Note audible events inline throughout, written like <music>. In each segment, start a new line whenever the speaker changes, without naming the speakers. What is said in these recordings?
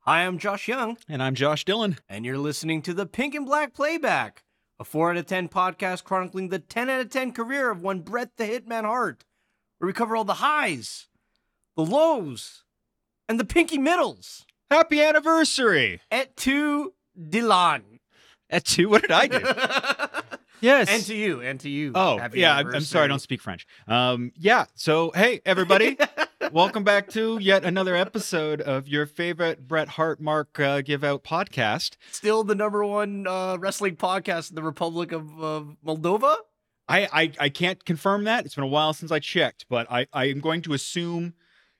Hi, I'm Josh Young,
And I'm Josh Dillon.
and you're listening to the Pink and Black Playback, a 4 out of 10 podcast chronicling the 10 out of 10 career of one Brett the Hitman Hart, where we cover all the highs, the lows, and the pinky middles.
Happy anniversary!
Et tu, Dylan?
At two, what did
<laughs>
I do? yes.
and to you, and to you.
oh,
Happy
yeah. I'm, I'm sorry, I don't
anniversary.
speak French. Um, yeah. So, hey,
<laughs>
everybody, welcome back to yet another episode of your favorite Bret Hart Mark uh, Give Out podcast.
Still the number one uh, wrestling podcast in the Republic of uh, Moldova?
I, I I can't confirm that. It's been a while since I checked, but I I am going to assume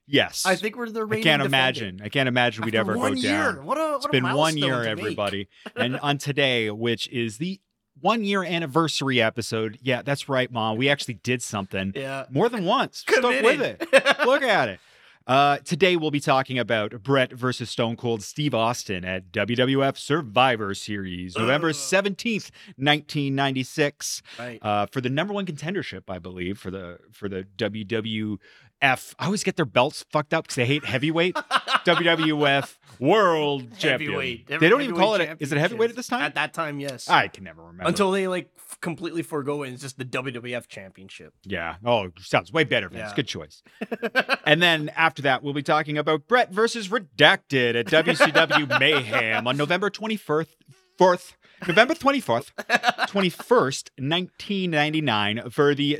yes.
I think we're the
I
reigning
can't
defending.
imagine. I can't imagine we'd
After
ever
one
go
year.
down.
What a, what
It's
a
been one
milestone
year,
to make. <laughs>
everybody. and on today, which is the one year anniversary episode. Yeah, that's right, Mom. We actually did something
Yeah.
more than once. Stuck with
Committed.
it.
<laughs>
Look at it. Uh, today we'll be talking about Brett versus Stone Cold Steve Austin at WWF Survivor Series, November
Ugh.
seventeenth, nineteen ninety six
right.
uh, for the number one contendership, I believe, for the for the WWF. I always get their belts fucked up because they hate heavyweight. WWF World Champion.
Heavyweight.
They don't even call it. A, is it
Heavyweight
heavyweight at this time?
At that time, yes.
I can never remember.
Until they like f- completely forego it, and it's just the WWF Championship.
yeah. Oh, sounds way better, Vince.
Yeah.
Good choice. and then after that, we'll be talking about Brett versus Redacted at WCW Mayhem on November twenty fourth. Fourth, November twenty fourth, twenty first, nineteen ninety nine, for the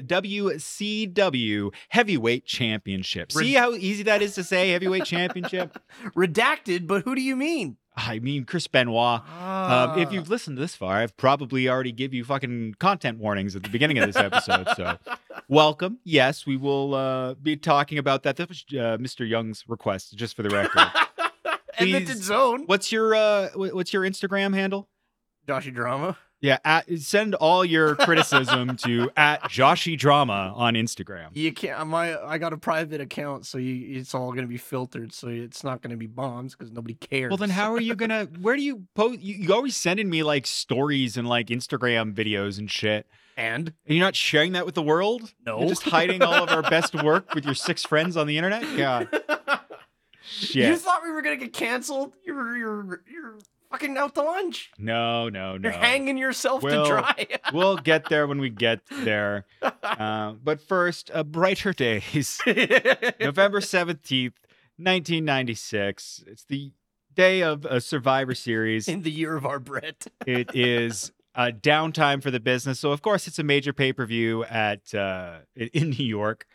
WCW Heavyweight Championship.
Red-
See how easy that is to say, Heavyweight Championship.
Redacted, but who do you mean? Ah.
I mean, Chris Benoit. Um, if you've listened this far, I've probably already give you fucking content warnings at the beginning of this episode. So, welcome. Yes, we will uh, be talking about that. That was uh, Mr. Young's request, just for the record.
Edmonton
please-
Zone,
what's your uh, wh- what's your Instagram handle?
Joshy Drama.
Yeah, at, send all your criticism to at Joshy Drama on Instagram.
You can't. My I got a private account, so you, it's all gonna be filtered. So it's not gonna be bombs because nobody cares.
Well, then how are you gonna? Where do you post? You, you always sending me like stories and like Instagram videos and shit.
And
And you're not sharing that with the world?
No.
You're just hiding all of our best work with your six friends on the internet? Yeah.
<laughs> you
Shit.
thought we were gonna get canceled? You're you're you're fucking out to lunch.
No, no, no.
You're hanging yourself
Well,
to dry. <laughs>
We'll get there when we get there. Uh, but first, uh,
<laughs>
brighter days. November 17th, 1996. It's the day of a
<laughs>
Survivor Series.
in the year of our Brett.
It is a downtime for the business. So, of course, it's a major pay per view at uh, in- in New York.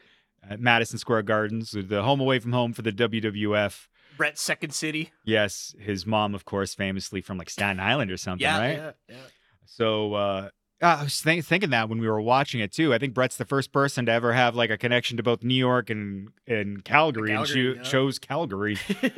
At Madison Square Gardens, the home away from home for the WWF.
Brett's second city.
Yes, his mom, of course, famously from like Staten Island or something,
Yeah,
right?
yeah, yeah.
So uh, I was think thinking that when we were watching it too. I think Brett's the first person to ever have like a connection to both New York and and Calgary, and
Calgary,
cho-
yeah.
chose Calgary. <laughs>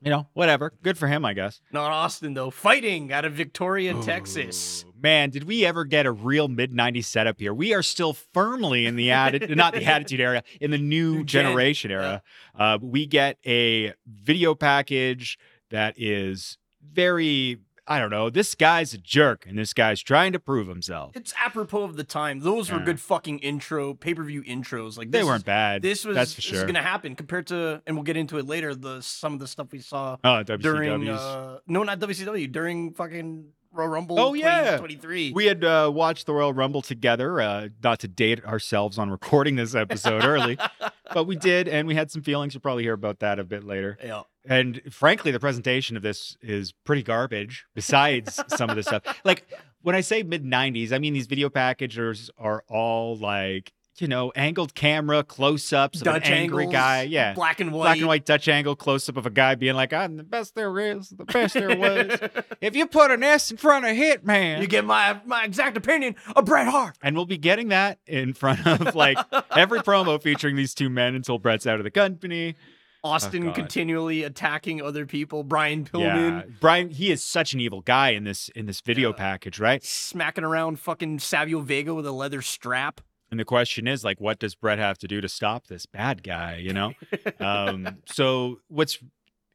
you know, whatever. Good for him, I guess.
<laughs> Not Austin though. Fighting out of Victoria, Texas.
Ooh, Man, did we ever get a real mid 90s setup here? We are still firmly in the attitude, <laughs>
<laughs>
not the attitude era, in the new
New gen,
generation era. Uh, we get a video package that is very, I don't know, this guy's a jerk and this guy's trying to prove himself.
It's apropos of the time. Those were
Yeah.
good fucking intro pay-per-view intros. Like
Uh. They
this-
weren't bad.
This was
that's for
this is
sure.
gonna happen compared to, and we'll get into it later. The some of the stuff we saw
oh, WCW's.
during uh, no, not WCW during fucking Royal Rumble.
Oh, yeah.
twenty three.
we had uh, watched the Royal Rumble together, uh, not to date ourselves on recording this
<laughs>
episode early, but we did, and we had some feelings. You'll probably hear about that a bit later.
yeah.
And frankly, the presentation of this is pretty garbage. Besides some of
<laughs>
the stuff, like when I say mid '90s, I mean these video packages are all like you know angled camera close-ups of
Dutch
an angry
angles,
guy, yeah,
Black and white.
black and white Dutch angle close-up of a guy being like, "I'm the best there is, the best
<laughs>
there was." if you put an S in front of Hitman,
you get my my exact opinion of Bret Hart.
and we'll be getting that in front of like every promo featuring these two men until Brett's out of the company.
Austin
Oh, God.
continually attacking other people. Brian
Yeah,
Pillman
Brian, he is such an evil guy in this in this video
Yeah.
package, right?
smacking around fucking Savio Vega with a leather strap.
And the question is, like, what does Brett have to do to stop this bad guy? You know.
<laughs>
um, so what's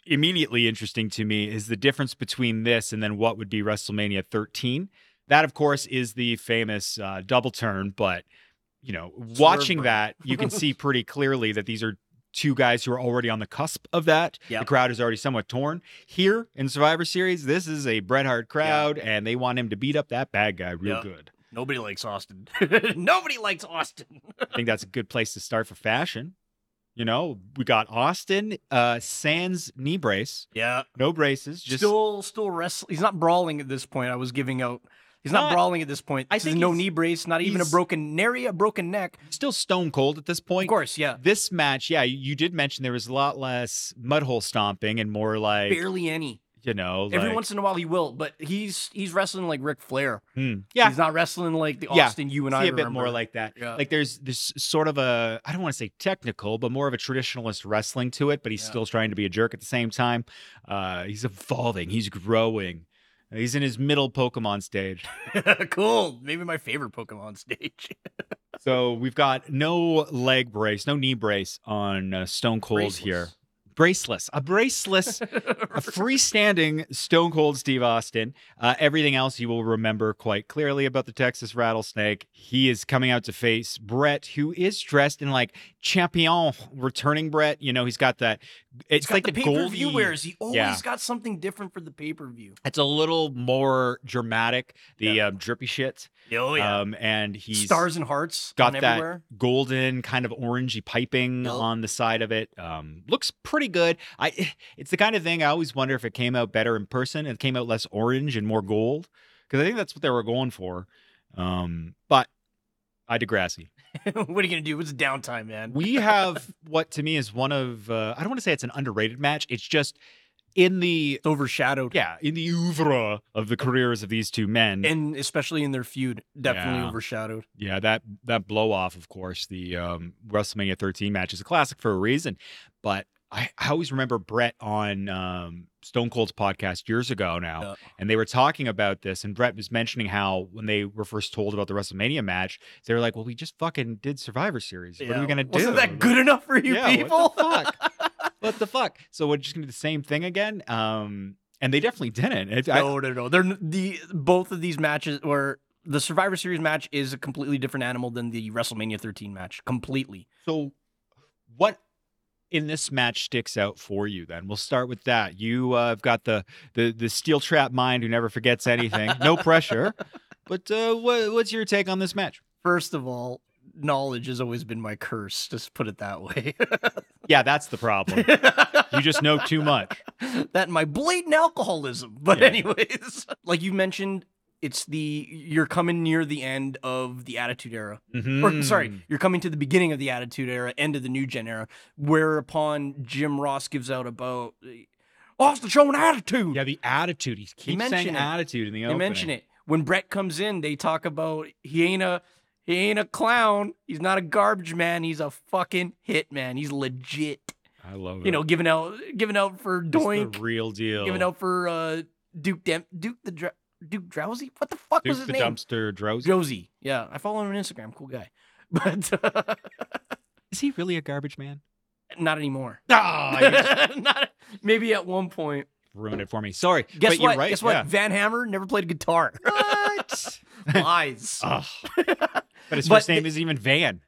immediately interesting to me is the difference between this and then what would be WrestleMania 13. That, of course, is the famous uh, double turn, but you know, watching
Swerve. <laughs>
that, you can see pretty clearly that these are two guys who are already on the cusp of that.
Yep.
The crowd is already somewhat torn. Here in Survivor Series, this is a Bret Hart crowd, and they want him to beat up that bad guy real
Yeah.
good.
Nobody likes Austin. <laughs> Nobody likes Austin.
I think that's a good place to start for fashion. You know, we got Austin, uh, sans knee brace,
Yeah.
no braces, just
still, still wrestling. He's not brawling at this point. I was giving out. He's not,
Not-
brawling at this point.
I
This is
think
no
he's-
knee brace, not even a
he's-
broken, nary a broken neck.
still stone cold at this
Of
point.
course, yeah.
This match, yeah, you- you did mention there was a lot less mud hole stomping and more like
Barely any.
you know, like,
Every once in a while he will, but he's he's wrestling like Ric Flair.
hmm. yeah,
He's not wrestling like the
Yeah.
Austin you and I
see a bit
remember.
more like that.
Yeah.
Like there's this sort of a I don't want to say technical, but more of a traditionalist wrestling to it. But he's
Yeah.
still trying to be a jerk at the same time. Uh, he's evolving. He's growing. He's in his middle Pokemon stage.
<laughs> cool. Maybe my favorite Pokemon stage. <laughs>
so we've got no leg brace, no knee brace on uh, Stone
<laughs>
Cold here. Braceless, a braceless a freestanding Stone Cold Steve Austin. Uh, everything else you will remember quite clearly about the Texas Rattlesnake. He is coming out to face Brett, who is dressed in like champion returning Brett. You know, he's got that. It's
It's
like
like the pay per
gold
view wears. He always
Yeah.
got something different for the pay per view.
It's a little more dramatic. The
Yeah.
um, drippy shit.
Oh
Um, and he's
stars and hearts
got
on
that
everywhere. <laughs>
golden kind of orangey piping
Yep.
on the side of it. Um, looks pretty good. I <sighs> it's the kind of thing I always wonder if it came out better in person and came out less orange and more gold because I think that's what they were going for. Um, but I digress.
what are you gonna do? It's downtime, man.
We have what to me is one of uh, I don't want to say it's an underrated match. It's just in the
It's overshadowed,
yeah in the oeuvre of the careers of these two men.
and especially in their feud, definitely
Yeah.
overshadowed.
Yeah, that that blow off, of course, the um, WrestleMania 13 match is a classic for a reason. But I, I always remember Brett on um, Stone Cold's podcast years ago now,
Yeah.
and they were talking about this, and Brett was mentioning how when they were first told about the WrestleMania match, they were like, "Well, we just fucking did Survivor Series. What are we
Yeah.
gonna do?"
Wasn't
Like,
that good enough for you
yeah,
people?
What the fuck? what the fuck? So we're just gonna do the same thing again. Um, and they definitely didn't. It, I-
<laughs> no, no, no. They're n- the both of these matches or the Survivor Series match is a completely different animal than the WrestleMania 13 match. Completely.
So, what in this match sticks out for you? Then we'll start with that. You uh, have got the the the steel trap mind who never forgets anything. No pressure. But uh, what, what's your take on this match?
First of all, knowledge has always been my curse. Just put it that way. <laughs>
Yeah, that's the problem. You just know too much.
that and my blatant alcoholism. But
Yeah.
anyways, <laughs> like you mentioned, it's the you're coming near the end of the Attitude Era. Or
Mm. Mm-hmm.
sorry, you're coming to the beginning of the Attitude Era, end of the New Gen Era, whereupon Jim Ross gives out about uh, Austin showing attitude.
Yeah, the attitude. He keeps saying
mentioned it.
attitude in the
They
opening.
mention it when Brett comes in. They talk about he ain't a he ain't a clown. He's not a garbage man. He's a fucking hit man. He's legit.
I love it.
You know, giving out giving out for
It's
Doink,
the real deal.
giving out for uh, Duke Dem- Duke the Dr- Duke Drowsy. What the fuck was his
Duke the
name?
dumpster drowsy.
Drowsy. Yeah, I follow him on Instagram. Cool guy, <laughs> but uh,
Is he really a garbage man?
not anymore.
Ah, you
<laughs>
just
Not- maybe at one point.
ruined it for me. Sorry.
Guess
but
what?
You're right.
Guess what?
yeah.
Van Hammer never played
<laughs>
guitar.
What?
Lies.
Ugh. <laughs> But his
But
first name
the-
isn't even Van.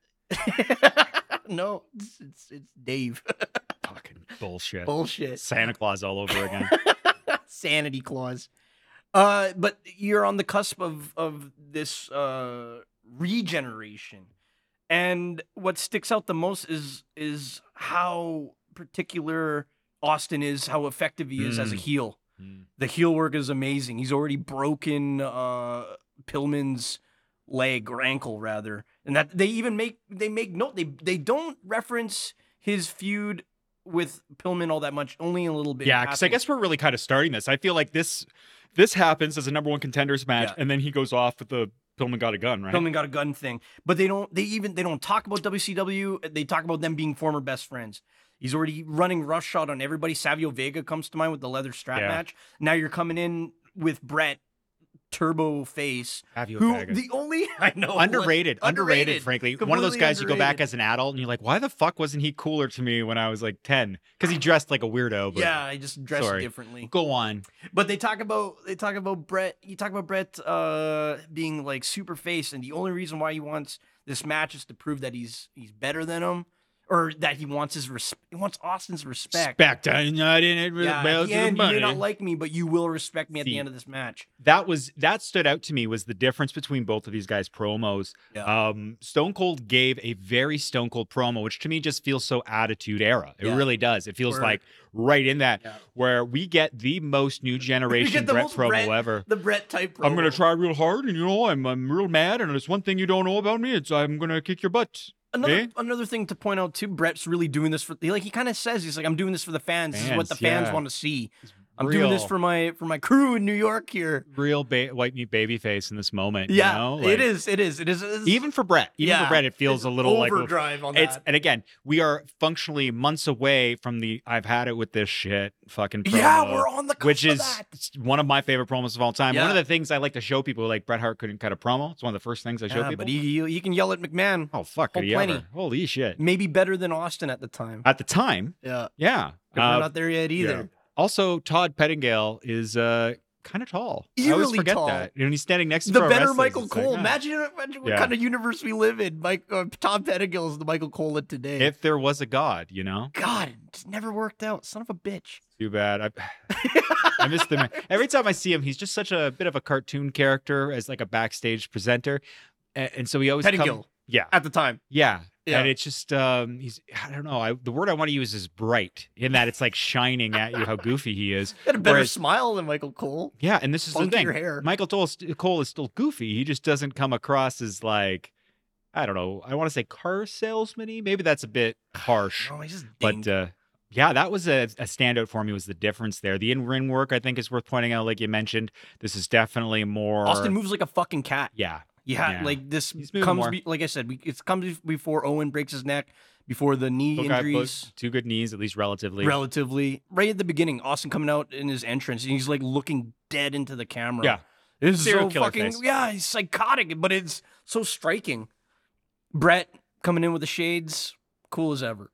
<laughs> no, it's, it's it's Dave. <laughs>
Fucking bullshit.
Bullshit.
Santa Claus all over <laughs> again.
<laughs> Sanity clause. Uh, but you're on the cusp of of this uh regeneration, and what sticks out the most is is how particular Austin is, how effective he is as a
Mm.
heel. The heel work is amazing. He's already broken uh Pillman's leg or ankle rather. And that they even make they make note they they don't reference his feud with Pillman all that much, only a little bit.
yeah, because I
after.
guess we're really kind of starting this. I feel like this this happens as a number one contenders match,
Yeah.
and then he goes off with the Pillman got a gun, right?
Pillman got a gun thing. But they don't they even they don't talk about WCW. They talk about them being former best friends. He's already running roughshod on everybody. Savio Vega comes to mind with the leather strap
Yeah.
match. Now you're coming in with Brett Turbo Face,
Have you a
who
bag of-
the only <laughs> I know
underrated, underrated,
underrated,
frankly. One of those
completely
guys you go back
underrated.
as an adult and you're like, why the fuck wasn't he cooler to me when I was like 10? Because he dressed like a weirdo. But
Yeah, I just dress
Sorry.
differently.
Go on.
But they talk about they talk about Brett. You talk about Brett uh, being like super face, and the only reason why he wants this match is to prove that he's he's better than him. or that he wants his res- he wants Austin's respect.
Respect. I, I didn't really
yeah, at
bow to
the
the
end, you may
money.
not like me, but you will respect me at the
See.
end of this match.
that was that stood out to me was the difference between both of these guys' promos.
Yeah.
Um, Stone Cold gave a very Stone Cold promo, which to me just feels so attitude era. It
Yeah.
really does. It feels
Word.
like right in that
Yeah.
where we get the most
<laughs>
new generation
the
Brett
most
promo
Brett-
ever.
The Brett type.
I'm gonna
promo.
try real hard, and you know I'm I'm real mad, and there's one thing you don't know about me. It's I'm gonna kick your butt.
Another
Eh?
another thing to point out too, Brett's really doing this for he, like he kind of says he's like I'm doing this for the fans. this is what
Fans,
the fans
yeah.
want to see. I'm doing this
Real-
for my for my crew in New York here.
real ba- white meat baby face in this moment. you
Yeah,
know?
it
Like,
is. It is. It is. it is-
even for Brett. Even
Yeah,
for Brett, it feels
it's
a little like a-
overdrive on that.
It's and again, we are functionally months away from the "I've had it with this shit" fucking promo,
yeah, we're on the <laughs> cusp
which
of
is
that.
one of my favorite promos of all time. One
Yeah.
of the things I like to show people, like Bret Hart couldn't cut a promo. It's one of the first things I show
Yeah,
people.
but he, he he can yell at McMahon.
oh fuck,
Oh,
could he
plenty. Mm.
ever? Holy shit!
Maybe better than Austin at the time.
At the time,
Yeah,
yeah.
but
Uh,
we're not there yet either.
also, Todd Pettingale is uh, kind of tall. I always
Eerily
forget
tall.
that. And he's standing next to
The
pro
better
wrestlers,
Michael
it's like, "Ah,
Cole.
yeah.
Imagine, imagine what
Yeah.
kind of universe we live in. Mike uh, Tom Pettigill is the Michael Cole of today.
if there was a god, you know.
God, it just never worked out. Son of a bitch.
Too bad. I, <laughs> I miss the man. Every time I see him, he's just such a bit of a cartoon character as like a backstage presenter, A- and, so he always
Pettigill
come- Yeah,
at the time.
yeah,
Yeah.
And it's just um, he's I don't know. I the word I want to use is bright in that it's like shining at you how goofy he is.
He had a better
Whereas-
smile than Michael Cole.
Yeah, and this is the
Funkier
thing.
hair.
Michael Cole, Cole is still goofy. He just doesn't come across as like I don't know. I want to say car salesman-y. Maybe that's
<sighs>
a bit harsh.
No, Oh, he's just
But
dinged.
uh, yeah, that was a, a standout for me was the difference there. The in-ring work, I think, is worth pointing out. Like you mentioned, this is definitely more.
Austin moves like a fucking cat.
Yeah,
Yeah,
Yeah.
like this
He's moving
comes
more.
be, like I said, we, it comes before Owen breaks his neck, before the knee
Book eye
injuries.
push, two good knees, at least relatively.
Relatively, right at the beginning, Austin coming out in his entrance, and he's like looking dead into the camera.
Yeah.
it's so
Serial killer
fucking
face.
yeah, he's psychotic, but it's so striking. Brett coming in with the shades, cool as ever.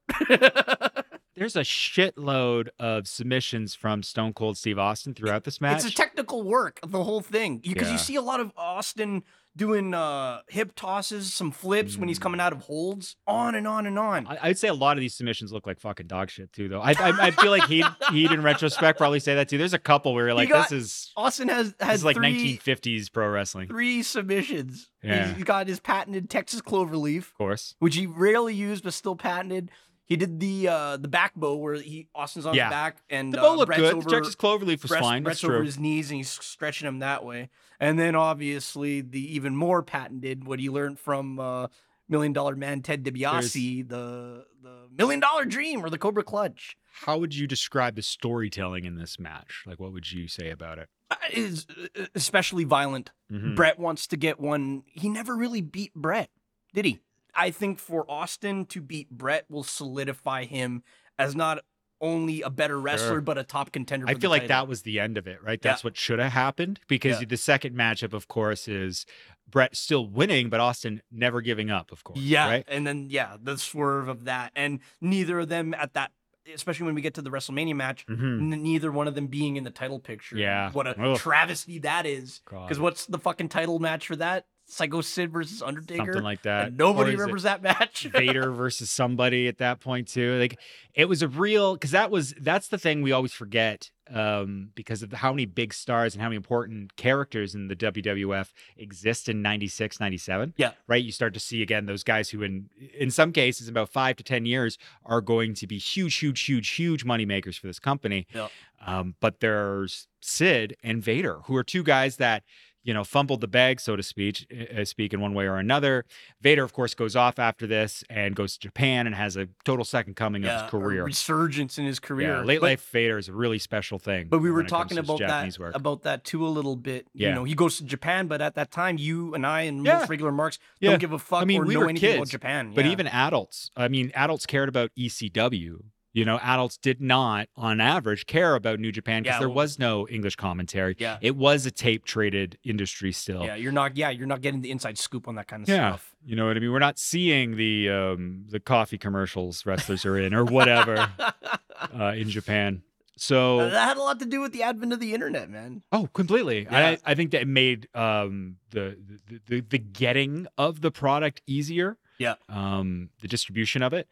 There's a shitload of submissions from Stone Cold Steve Austin throughout this match.
It's a technical work, the whole thing. Because you,
Yeah.
see a lot of Austin doing uh, hip tosses, some flips when he's coming out of holds, on and on and on.
Mm. I, I'd say a lot of these submissions look like fucking dog shit too, though. I I, I feel like he'd he'd in retrospect probably say that too. There's a couple where you're like,
got-
this is
Austin has
this
has
is like
three,
1950s pro wrestling, of
three submissions.
Yeah.
He's got his patented Texas Cloverleaf,
course.
which he rarely used but still patented. He did the uh, the back bow where he Austin's on
Yeah.
his back and
The
uh,
bowl looked
Brett's
good.
over
the Texas Cloverleaf was
Brett's-
fine.
Brett's
That's true.
over his knees and he's stretching him that way. And then obviously the even more patented what he learned from uh, Million Dollar Man Ted DiBiase, the the Million Dollar Dream or the Cobra Clutch.
How would you describe the storytelling in this match? Like, what would you say about it?
Uh, Is uh, especially violent.
Mhm.
Brett wants to get one. He never really beat Brett, did he? I think for Austin to beat Brett will solidify him as not only a better wrestler
Sure.
but a top contender.
I
for the
feel like
title.
that was the end of it, right?
Yeah.
That's what should have happened because
Yeah.
the second matchup, of course, is Brett still winning, but Austin never giving up, of course.
Yeah,
Right?
and then yeah, the swerve of that, and neither of them at that, especially when we get to the WrestleMania match,
Mhm.
n- neither one of them being in the title picture.
Yeah.
what a
Ugh.
travesty that is. Because
God,
what's the fucking title match for that? Psycho Sid versus Undertaker.
something like that.
and
Or
nobody
is it-
remembers that match. <laughs>
Vader versus somebody at that point too. Like it was a real because that was that's the thing we always forget um, because of how many big stars and how many important characters in the WWF exist in 96, 97.
Yeah.
Right. You start to see again those guys who in in some cases in about five to ten years are going to be huge, huge, huge, huge money makers for this company.
Yeah.
Um, but there's Sid and Vader, who are two guys that you know fumbled the bag, so to speak, uh, speak in one way or another. Vader, of course, goes off after this and goes to Japan and has a total second coming of
yeah,
his
a
career.
resurgence in his career.
Yeah, late
But-
life Vader is a really special thing.
But we were
when it comes
talking
to his
about that
Japanese work.
about that too a little bit. You
Yeah.
know, he goes to Japan, but at that time, you and I and
Yeah.
most regular marks
Yeah.
don't give a fuck
mean,
or
we
know
were
anything about
kids,
Japan.
But
yeah.
even adults, I mean, adults cared about ECW. You know, adults did not, on average, care about New Japan because
Yeah,
there
well-
was no English commentary.
yeah,
It was a tape traded industry still.
Yeah, you're not. Yeah, you're not getting the inside scoop on that kind of
Yeah.
stuff.
You know what I mean? We're not seeing the um, the coffee commercials wrestlers are in or
<laughs>
whatever uh, in Japan.
Uh,
So
that had a lot to do with the advent of the internet, man.
oh, completely.
Yeah.
I, I think that it made um, the, the the the getting of the product easier.
Yeah.
Um, the distribution of it,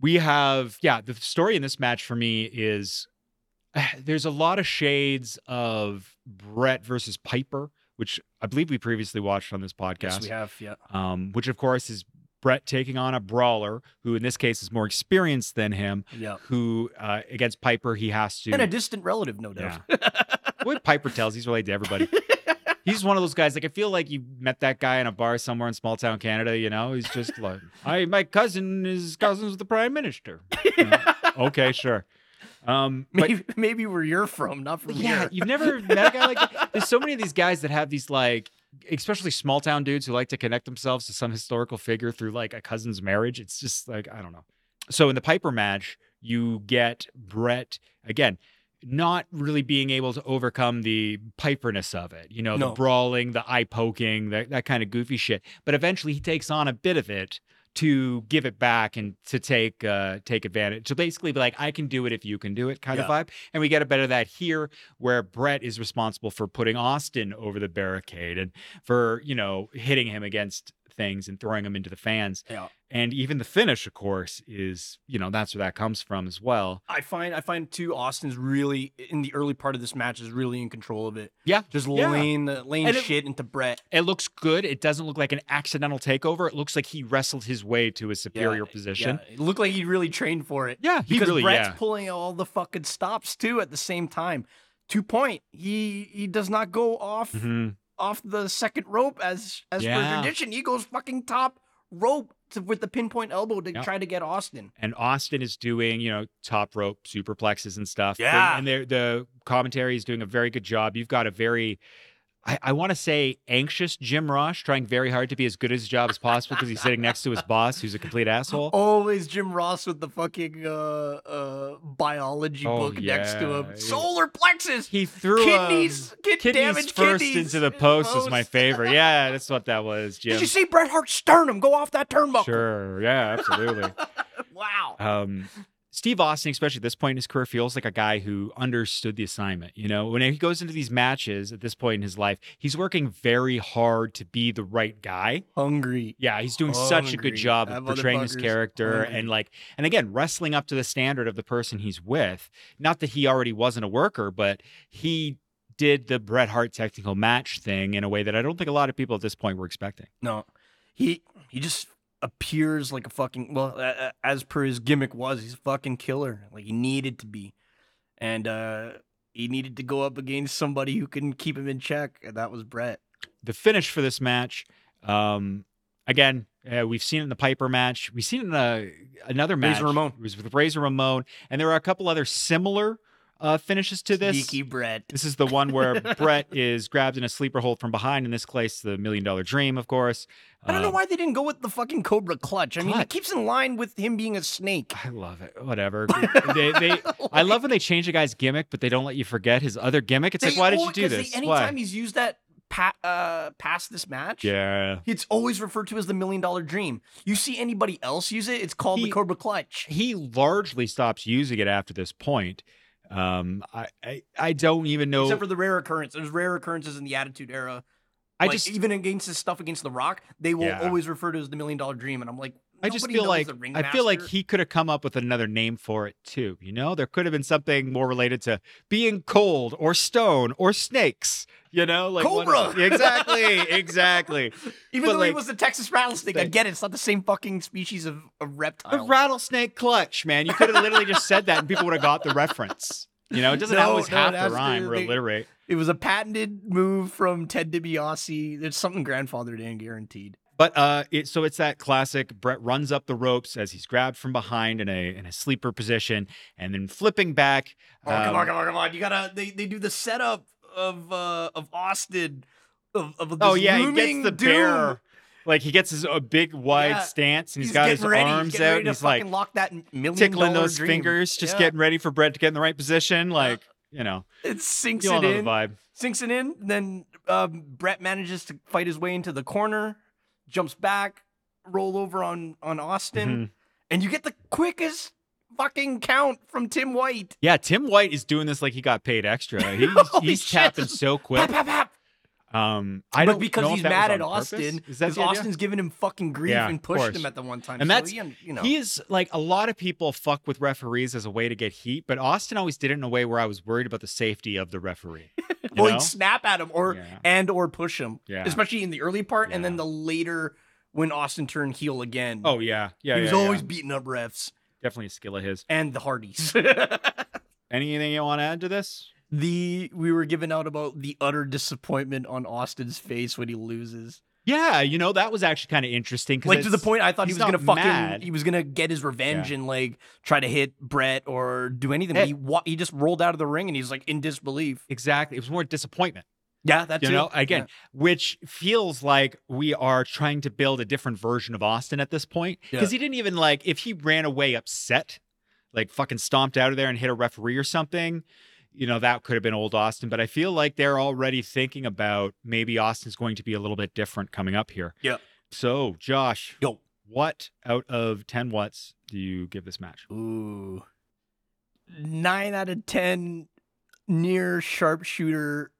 we have yeah the story in this match for me is eh, there's a lot of shades of brett versus piper which i believe we previously watched on this podcast
Yes, we have. Yeah.
um, which of course is brett taking on a brawler who in this case is more experienced than him
Yeah.
who uh, against piper he has to
Oh. And a distant relative, no doubt.
what Piper tells, he's related to everybody. He's one of those guys. Like I feel like you met that guy in a bar somewhere in small town Canada. You know, he's just
<laughs>
like, "I, my cousin is cousins with the prime minister."
<laughs>
You know, okay, sure. Um,
<laughs>
but
maybe, maybe where you're from, not from
yeah,
here.
you've never met a guy like that.
<laughs>
There's so many of these guys that have these like, especially small town dudes who like to connect themselves to some historical figure through like a cousin's marriage. It's just like I don't know. So in the Piper match, you get Brett again. Not really being able to overcome the piperness of it, you know, the
No.
brawling, the eye poking, that, that kind of goofy shit. But eventually, he takes on a bit of it to give it back and to take uh, take advantage. To basically be like, I can do it if you can do it, kind of vibe. And we get a bit of that here where Brett is responsible for putting Austin over the barricade and for, you know, hitting him against things and throwing him into the fans.
Yeah.
And even the finish, of course, is, you know, that's where that comes from as well.
I find I find too Austin's really in the early part of this match is really in control of it.
Yeah.
Just
Yeah.
laying the laying
And it-
shit into Brett.
It looks good. It doesn't look like an accidental takeover. It looks like he wrestled his way to a superior position.
Yeah, it looked like he really trained for it.
Yeah, he
because
really
Brett's
yeah.
pulling all the fucking stops too at the same time. Two point, he he does not go off
Mhm.
off the second rope as as
Yeah.
per tradition. He goes fucking top rope to, with the pinpoint elbow to
Yep.
try to get Austin.
And Austin is doing, you know, top rope superplexes and stuff. And-
Yeah.
And, they're- the commentary is doing a very good job. You've got a very, I, I want to say, anxious Jim Rosh trying very hard to be as good at his job as possible because he's sitting next to his boss, who's
<laughs>
a complete asshole.
Oh, Always Jim Ross with the fucking uh, uh, biology
Oh,
book next to
yeah.
him. Solar plexus,
He threw
kidneys,
um,
kid
kidneys
damage
first
kidneys
into the
in
post is my
post.
favorite. Yeah, that's what that was,
Did
Jim.
you see Bret Hart's sternum go off that turnbuckle?
Sure. Yeah, absolutely.
<laughs> Wow.
um, Steve Austin, especially at this point in his career, feels like a guy who understood the assignment. You know, when he goes into these matches at this point in his life, he's working very hard to be the right guy.
Hungry.
Yeah, he's doing such a good
Hungry.
job
Oh, That
of portraying his
motherfucker's
character
hungry.
and like, and again, wrestling up to the standard of the person he's with. Not that he already wasn't a worker, but he did the Bret Hart technical match thing in a way that I don't think a lot of people at this point were expecting.
No, he he just appears like a fucking well, a- a- as per his gimmick was, he's a fucking killer. Like he needed to be, and uh he needed to go up against somebody who can keep him in check, and that was Brett.
the finish for this match. Um, again, uh, we've seen it in the Piper match. We've seen it in a, another match.
Ramon.
It was with Razor Ramon, and there are a couple other similar uh, finishes to this.
Sneaky Brett.
This is the one where
<laughs>
Brett is grabbed in a sleeper hold from behind. In this case, the Million Dollar Dream, of course.
I don't know
Um,
why they didn't go with the fucking Cobra Clutch. I mean,
Clutch.
it keeps in line with him being a snake.
I love it.
<laughs>
Whatever. they, they, I love when they change a guy's gimmick, but they don't let you forget his other gimmick. It's like,
They-
why did
oh,
you do
'cause they-
this?
Anytime
why?
he's used that pa- uh, past this match,
yeah.
It's always referred to as the million dollar dream. You see anybody else use it, it's called
He-
the Cobra Clutch.
he largely stops using it after this point. Um, I, I I don't even know.
Except for the rare occurrence. There's rare occurrences in the Attitude Era.
I
Like,
just
even against his stuff against The Rock, they will
Yeah.
always refer to it as the million dollar dream. And I'm like,
I just
nobody
feel
knows
like
the
I feel like
ringmaster.
he could have come up with another name for it too. You know, there could have been something more related to being cold or stone or snakes. You know, like one-
Cobra! <laughs>
exactly, exactly.
even
but,
though
like-
he was the Texas rattlesnake, I
Like-
get it. It's not the same fucking species of, of
The
reptile.
rattlesnake clutch, man. You could have literally just said that, and people would have got the reference. You know, it doesn't
No,
always
no,
have
it
to
has to-
rhyme or
they-
alliterate.
it was a patented move from Ted DiBiase. There's something grandfathered in, guaranteed.
But uh, it, so it's that classic. Brett runs up the ropes as he's grabbed from behind in a in a sleeper position, and then flipping back.
Oh, come
um,
on, come on, come on. You gotta they, they do the setup of uh of Austin of, of this
oh yeah, he
looming
gets the
doom.
bear. Like he gets his a big wide
Yeah.
stance, and he's got his
getting ready.
arms
he's getting
out,
ready
and
to
he's like
fucking lock that million
tickling
dollar
those
dream.
fingers, just
Yeah.
getting ready for Brett to get in the right position. Like you know,
it sinks
you all
it
know
in,
the vibe.
sinks it in. Then um, Brett manages to fight his way into the corner, jumps back, roll over on on Austin,
Mhm.
and you get the quickest fucking count from Tim White. <laughs>
Yeah, Tim White is doing this like he got paid extra. He's,
Holy
he's
shit.
tapping so quick.
Pap, pap, pap.
Um, I
but
don't
because
know if
he's
that was
mad at
on purpose.
Austin,
Is that
because
the idea?
Austin's giving him fucking grief
Yeah,
and
of
pushed
course.
him at the one time.
And
so
that's-
he un- you know,
He's like a lot of people fuck with referees as a way to get heat, but Austin always did it in a way where I was worried about the safety of the referee. You
well,
know?
he'd snap at him or
Yeah.
and or push him,
Yeah.
especially in the early part, and then
Yeah.
the later when Austin turned heel again.
Oh yeah, yeah.
he was
yeah, yeah.
always beating up refs
definitely a skill of his.
and the Hardys. <laughs>
Anything you want to add to this?
the we were giving out about the utter disappointment on Austin's face when he loses,
Yeah, you know that was actually kind of interesting. 'cause
like to the
it's-
point I thought he
he's
was gonna
not
fucking
mad.
he was gonna get his revenge and like try to hit Brett or do anything. but
Yeah.
He wa- he just rolled out of the ring and he's like in disbelief.
Exactly, it was more disappointment.
Yeah, that's
you know, again, which feels like we are trying to build a different version of Austin at this point because he didn't even like if he ran away upset, like fucking stomped out of there and hit a referee or something. You know, that could have been old Austin, but I feel like they're already thinking about maybe Austin's going to be a little bit different coming up here.
Yeah.
So, Josh,
Yo.
what out of 10 what's do you give this match?
Ooh. Nine out of ten near sharpshooter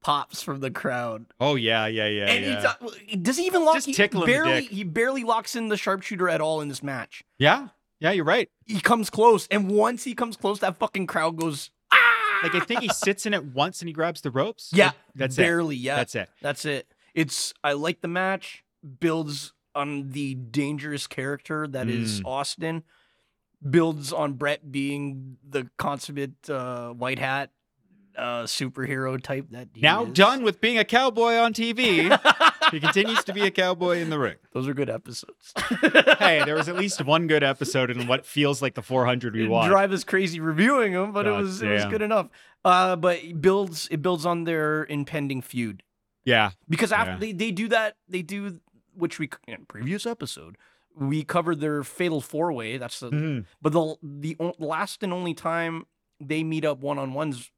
pops from the crowd.
Oh, yeah, yeah, yeah.
and
yeah.
he's, uh, does he even lock?
Just
he
tickle him the
barely,
dick.
he barely locks in the sharpshooter at all in this match.
yeah. Yeah, you're right.
He comes close, and once he comes close, that fucking crowd goes ah.
Like, I think he sits in it once and he grabs the ropes.
Yeah,
Like, that's it.
barely. Yeah,
That's it.
That's it. It's I like the match. Builds on the dangerous character that is
Mm.
Austin. Builds on Brett being the consummate uh, white hat uh, superhero type that he
Now
is.
done with being a cowboy
<laughs>
on TV, he continues to be a cowboy in the ring.
Those are good episodes. <laughs>
Hey, there was at least one good episode in what feels like the 400 we
Didn't
watched.
drive us crazy reviewing them, but it
God
was it was
damn.
good enough. Uh, but it builds it builds on their impending feud.
yeah,
because after
Yeah.
they, they do that they do which we in previous episode we covered their fatal four way that's the
Mhm.
but the the o- last and only time they meet up one on ones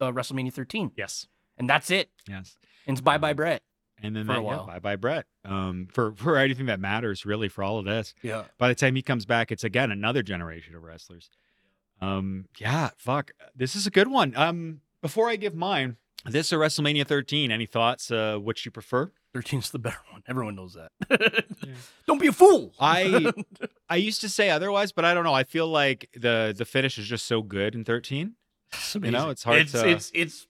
uh, WrestleMania 13
yes,
and that's it
yes.
and it's bye bye Brett
And then
For a
that, yeah,
while.
bye bye Brett. Um, for for anything that matters really for all of this.
yeah
By the time he comes back, it's again another generation of wrestlers. Um, yeah, fuck, this is a good one. Um, before I give mine, this or WrestleMania 13, any thoughts? Uh, which you prefer?
13's the better one everyone knows <laughs> that don't be a fool <laughs>
I I used to say otherwise, but I don't know. I feel like the the finish is just so good in 13.
It's
know,
amazing.
it's hard
it's,
to-
it's it's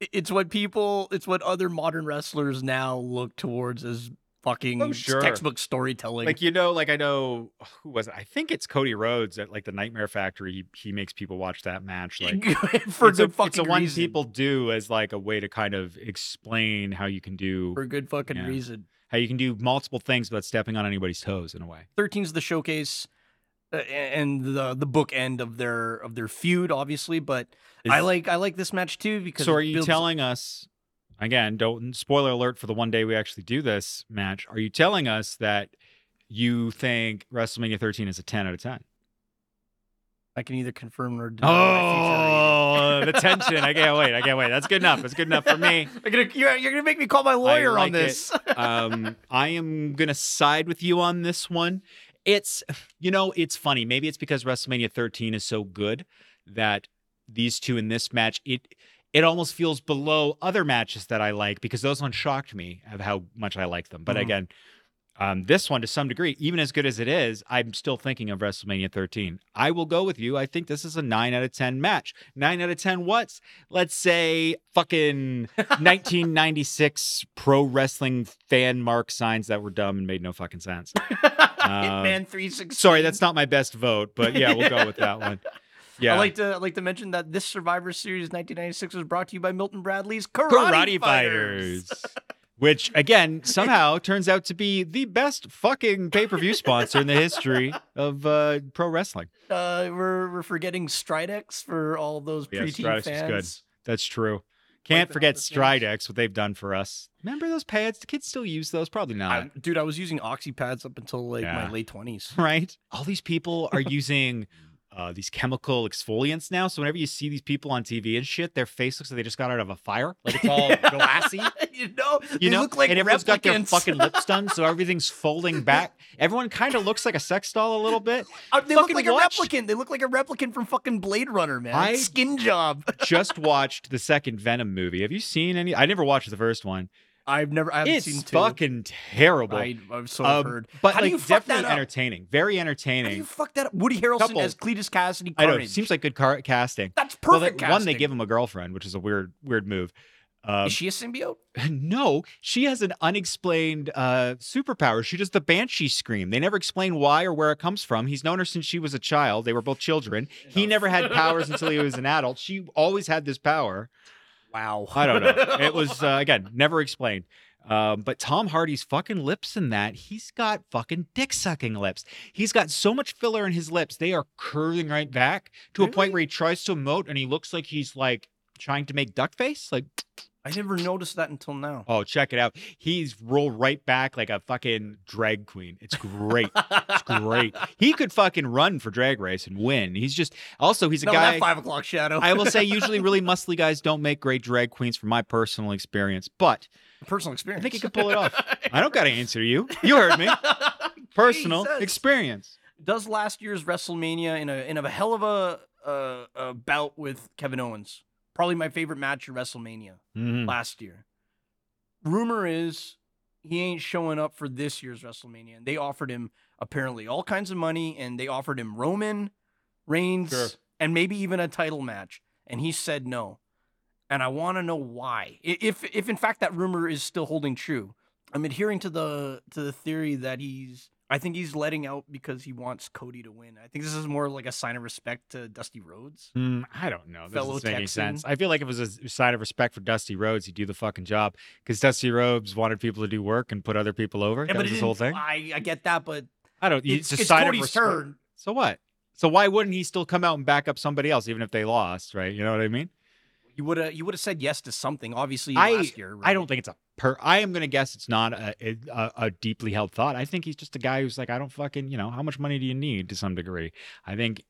it's what people it's what other modern wrestlers now look towards as fucking
Oh, sure.
textbook storytelling
Like you know, like I know who was it? I think it's Cody Rhodes at like the Nightmare Factory. He he makes people watch that
<laughs>
match. Like
for
it's
good
a,
fucking
it's a one
reason.
people do as like a way to kind of explain how you can do
for good fucking
Yeah.
reason.
how you can do multiple things without stepping on anybody's toes in a way.
13's the showcase uh, and the the book end of their of their feud obviously, but I
Is-
like I like this match too because
So
it
are you
builds-
telling us again, don't spoiler alert for the one day we actually do this match, are you telling us that you think WrestleMania 13 is a 10 out of 10?
I can either confirm or deny my
Oh, <laughs> the tension. I can't wait. I can't wait. That's good enough. That's good enough for me.
future rating. <laughs> You're gonna, you're, you're gonna make me call my lawyer
like
on
it.
this. <laughs>
Um, I am going to side with you on this one. It's, you know, it's funny. Maybe it's because WrestleMania 13 is so good that these two in this match, it, it almost feels below other matches that I like because those ones shocked me of how much I like them. But
Mhm.
again, um, this one to some degree, even as good as it is, I'm still thinking of WrestleMania 13. I will go with you. I think this is a nine out of 10 match. Nine out of 10 what's? Let's say
<laughs>
fucking 1996 pro wrestling fan mark signs that were dumb and made no
<laughs>
fucking sense.
Hitman three six.
Um, Sorry, that's not my best vote, but yeah, we'll go with that one.
<laughs>
Yeah.
I like to I like to mention that this Survivor Series 1996 was brought to you by Milton Bradley's Karate,
Karate
Fighters.
Fighters. <laughs> Which
<laughs>
again somehow turns out to be the best fucking pay per view sponsor in the history of uh, pro wrestling.
Uh, we're we're forgetting Stridex for all those
Yeah,
preteen
Stridex is
fans.
good. That's true.
Like
Can't
the
forget
other
Stridex, what they've done for us. Remember those pads? The kids still use those, probably not.
I, dude, I was using oxy pads up until like
Yeah.
<laughs> my late twenties.
right? All these people are using uh, these chemical exfoliants now. So whenever you see these people on TV and shit, their face looks like they just got out of a fire. Like
<laughs>
it's all glassy.
you know,
You
they
know,
look like
and everyone's got their
replicants.
fucking lips done, so
<laughs>
everything's folding back. Everyone kind of looks like a sex doll a little bit.
Uh, they look
fucking
like
watch.
a replicant. They look like a replicant from fucking Blade Runner, man.
I-
Skin job. <laughs>
Just watched the second Venom movie. Have you seen any? I never watched the first one.
I've never. I haven't
It's
seen two.
fucking terrible.
I, I've so
Um,
heard.
But
How do
like
you fuck
definitely
that up?
entertaining, very entertaining.
How do you fuck that up? Woody Harrelson
Couple.
as Cletus Cassidy.
I
Carnage.
know. It seems like good car- casting.
that's
Well,
perfect.
they- one, they
casting.
give him a girlfriend, which is a weird, weird move. Um,
Is she a symbiote?
<laughs> no, she has an unexplained uh, superpower. She does the banshee scream. They never explain why or where it comes from. He's known her since she was a child. They were both children.
Oh.
He never
<laughs>
had powers until he was an adult. She always had this power.
Wow.
I don't know. It was uh, again never explained. Um, but Tom Hardy's fucking lips in that he's got fucking dick sucking lips. He's got so much filler in his lips; they are curving right back to a point
Really?
where he tries to emote, and he looks like he's like trying to make duck face. Like,
<laughs> I never noticed that until now.
oh, check it out. He's roll right back like a fucking drag queen. It's great. It's great.
<laughs>
He could fucking run for drag race and win. He's just also he's a
no,
guy.
that five o'clock shadow.
I
<laughs>
will say, usually, really muscly guys don't make great drag queens from my personal experience, but
personal experience.
I think you could pull
<laughs>
it off. I don't got to answer you. You heard me. Personal
Jesus.
experience.
Does last year's WrestleMania in a in a hell of a, uh, a bout with Kevin Owens probably my favorite match at WrestleMania
Mhm.
last year. Rumor is he ain't showing up for this year's WrestleMania, and they offered him apparently all kinds of money, and they offered him Roman, Reigns,
Sure.
and maybe even a title match, and he said no. And I want to know why. I- If if in fact that rumor is still holding true, I'm adhering to the to the theory that he's. I think he's letting out because he wants Cody to win. I think this is more like a sign of respect to Dusty Rhodes.
Mm, I don't know. This
Fellow
doesn't make any
Texan.
sense. I feel like if it was a sign of respect for Dusty Rhodes. He'd do the fucking job because Dusty Rhodes wanted people to do work and put other people over.
Yeah,
that
but
was
it
his whole
didn't-
thing.
I, I get that, but
I don't.
it's,
It's, a
it's
sign
Cody's
of respect.
turn.
So what? So why wouldn't he still come out and back up somebody else, even if they lost? Right? You know what I mean?
You would have you would have said yes to something. Obviously,
I-
last year,
I
right?
don't think it's a per. I am gonna guess it's not a, a a deeply held thought. I think he's just a guy who's like, I don't fucking, you know, how much money do you need to some degree? I think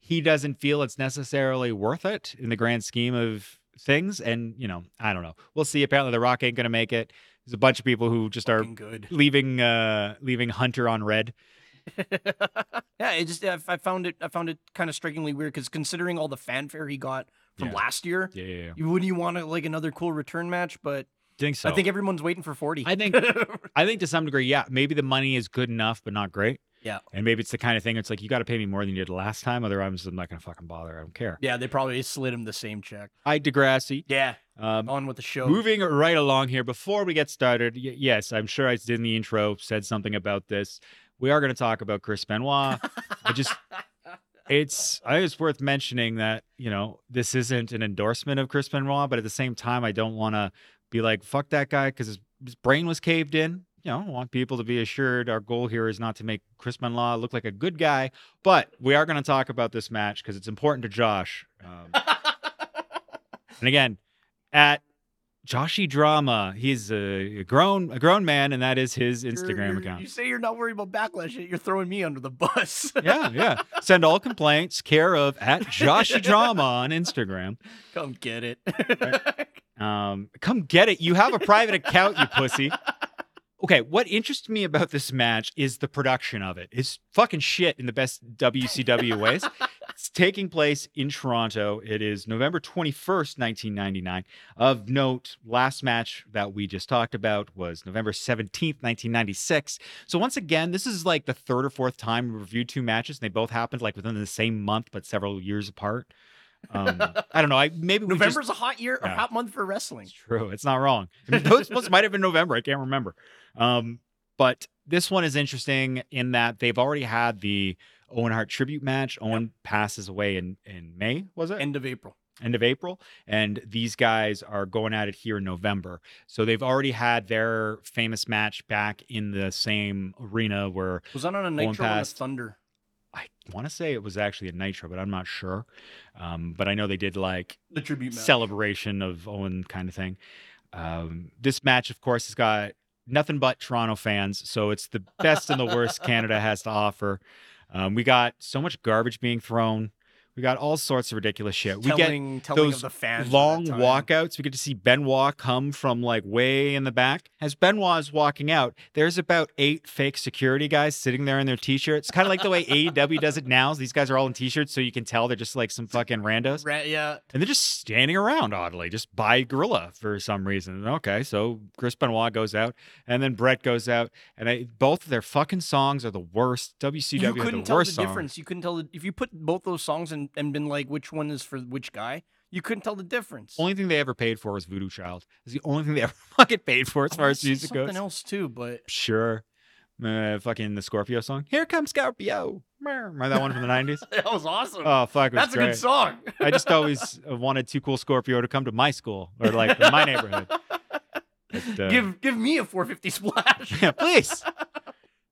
he doesn't feel it's necessarily worth it in the grand scheme of things, and you know, I don't know. We'll see. Apparently, The Rock ain't gonna make it. There's a bunch of people who just are
Fucking good. <laughs>
leaving uh leaving Hunter on red.
yeah, it just I, I found it I found it kind of strikingly weird because considering all the fanfare he got from
Yeah.
last year,
Yeah, yeah, yeah.
you wouldn't you want to like another cool return match? But
Think so?
I think everyone's waiting for forty. <laughs>
I <laughs> think I think to some degree, yeah, maybe the money is good enough, but not great.
Yeah.
And maybe it's the kind of thing it's like, you got to pay me more than you did last time. Otherwise, I'm not going to fucking bother. I don't care.
yeah, they probably slid him the same check.
Hi, Degrassi.
Yeah,
Um,
on with the show. <laughs>
moving right along here, before we get started, y- yes, I'm sure I did in the intro, said something about this. We are going to talk about Chris Benoit. I just, it's, I think it's worth mentioning that, you know, this isn't an endorsement of Chris Benoit, but at the same time, I don't want to be like, fuck that guy because his, his brain was caved in. You know, I want people to be assured our goal here is not to make Chris Benoit look like a good guy, but we are going to talk about this match because it's important to Josh. Um, and again, at Joshy Drama, he's a grown a grown man, and that is his Instagram
You're- You
account.
say you're not worried about backlash, yet you're throwing me under the bus. <laughs>
Yeah, yeah. Send all complaints care of at Joshy Drama on Instagram.
Come get it.
Um, come get it. You have a private account, you pussy. Okay, what interests me about this match is the production of it. It's fucking shit in the best WCW ways. it's taking place in Toronto. It is November 21st, 1999. Of note, last match that we just talked about was November 17th, 1996. So once again, this is like the third or fourth time we reviewed two matches, and they both happened like within the same month, but several years apart. Um, I don't know. I maybe we
<laughs>
just-
November's a hot year,
Yeah.
a hot month for wrestling.
it's true. It's not wrong. I mean, those ones might have been November. I can't remember. Um, but this one is interesting in that they've already had the Owen Hart tribute match. Owen passes away in in May, was it?
End of April.
End of April. And these guys are going at it here in November. So they've already had their famous match back in the same arena where
Was that on a
Going
Nitro or a
past.
Thunder?
I want to say it was actually a Nitro, but I'm not sure. Um, but I know they did like
The tribute match.
celebration of Owen kind of thing. Um, this match, of course, has got nothing but Toronto fans, so it's the best and the worst Canada has to offer. Um, we got so much garbage being thrown. We got all sorts of ridiculous shit. We get
telling, telling
those
of the fans at
long
that time.
walkouts. We get to see Benoit come from like way in the back. As Benoit is walking out, there's about eight fake security guys sitting there in their t-shirts. Kind of like the way AEW does it now. These guys are all in t-shirts, so you can tell they're just like some fucking randos.
Ra- yeah,
And they're just standing around oddly, just by gorilla for some reason. Okay, so Chris Benoit goes out, and then Brett goes out, and I, both of their fucking songs are the worst. WCW
you
had
couldn't
the
tell the
worst song.
difference. You couldn't tell the, if you put both those songs and, and been like, which one is for which guy? You couldn't tell the difference.
Only thing they ever paid for was Voodoo Child. It's the only thing they <laughs> ever fucking paid for as far
Unless
as music
Oh, something
goes.
else too, but
Sure. Uh, fucking the Scorpio song. Here comes Scorpio. Mer. Remember that one from
<laughs>
the 90s?
<laughs> that was awesome.
Oh, fuck. It was
That's a
great.
good song.
I just always wanted Too Cool Scorpio to come to my school or like
<laughs>
my neighborhood. But, uh,
give give me a 450 splash.
yeah, please.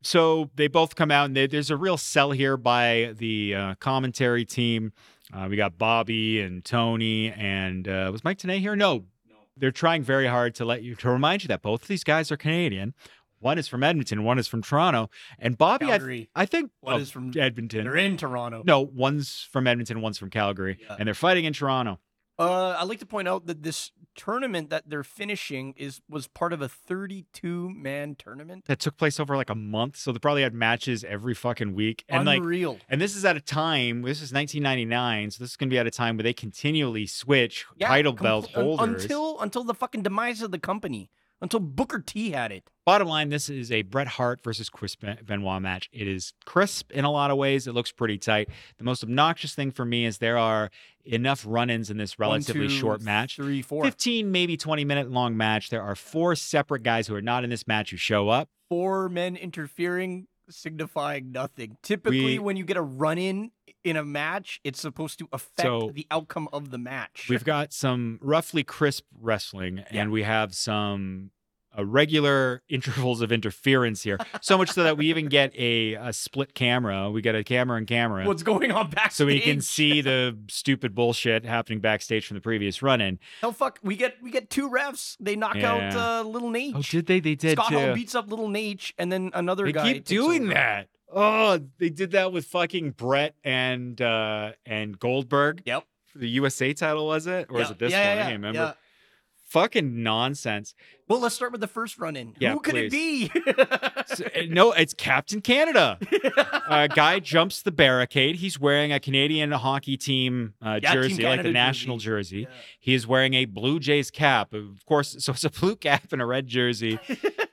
So they both come out, and they, there's a real sell here by the uh, commentary team. Uh, we got Bobby and Tony, and uh, was Mike Tanay here? No, they're trying very hard to let you to remind you that both of these guys are Canadian. One is from Edmonton, one is from Toronto, and <laughs> Bobby, I,
Calgary.
I think,
One
oh,
is from
Edmonton.
they're in Toronto.
No, one's from Edmonton, one's from Calgary,
Yeah.
and they're fighting in Toronto.
Uh, I'd like to point out that this tournament that they're finishing is was part of a 32 man tournament.
That took place over like a month, so they probably had matches every fucking week, and like
Unreal.
And this is at a time, this is 1999, so this is going to be at a time where they continually switch
Yeah,
title
compl-
belt
un-
holders.
until until the fucking demise of the company. Until Booker T had it.
Bottom line, this is a Bret Hart versus Chris Ben- Benoit match. It is crisp in a lot of ways. It looks pretty tight. The most obnoxious thing for me is there are enough run ins in this relatively
One, two,
short match.
Three, four.
15, maybe 20 minute long match. There are four separate guys who are not in this match who show up.
Four men interfering, signifying nothing. Typically,
We-
when you get a run in in a match, it's supposed to affect
So-
the outcome of the match.
We've got some roughly crisp wrestling,
Yeah.
and we have some uh, regular <laughs> intervals of interference here. So much so that we even get a, a split camera. We get a camera and camera.
What's going on backstage?
so we can see the stupid bullshit happening backstage from the previous run in.
Hell, fuck. We get we get two refs. They knock out
Yeah.
uh, Little Nate.
Oh, did they? They did
Scott Hall
too.
beats up Little Nate, and then another
They
guy.
keep
takes
doing
over.
that. Oh, they did that with fucking Brett and uh and Goldberg.
Yep.
For the USA title, was it? Or is
Yeah,
it this
yeah,
one?
yeah,
I can't remember.
yeah.
Fucking nonsense.
Well, let's start with the first run in.
Yeah,
Who could it
So- eh, no, it's
<laughs>
Captain Canada.
be?
a guy jumps the barricade. He's wearing a Canadian hockey team uh,
Yeah, Team
jersey, like
Canada
the national
Yeah.
jersey.
<laughs>
He is wearing a Blue Jays cap, of course. So it's a blue cap and a
<laughs>
red jersey.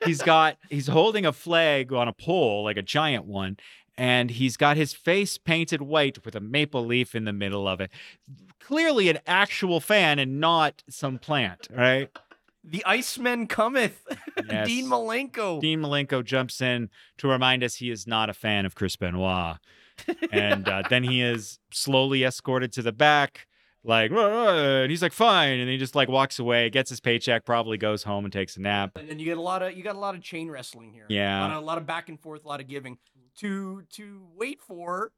he's got he's holding a flag on a pole, like a giant one, and he's got his face painted white with a maple leaf in the middle of it. Clearly, an actual fan and not some plant, right?
The Iceman cometh. <laughs>
Yes.
Dean Malenko.
Dean Malenko jumps in to remind us he is not a fan of Chris Benoit. And uh, then he is slowly escorted to the back, like, "Whoa, whoa," and he's like, fine. And he just like walks away, gets his paycheck, probably goes home and takes a nap.
And then you get a lot of you got a lot of chain wrestling here. A lot
Yeah.
of, a lot of back and forth, a lot of giving. To to wait for,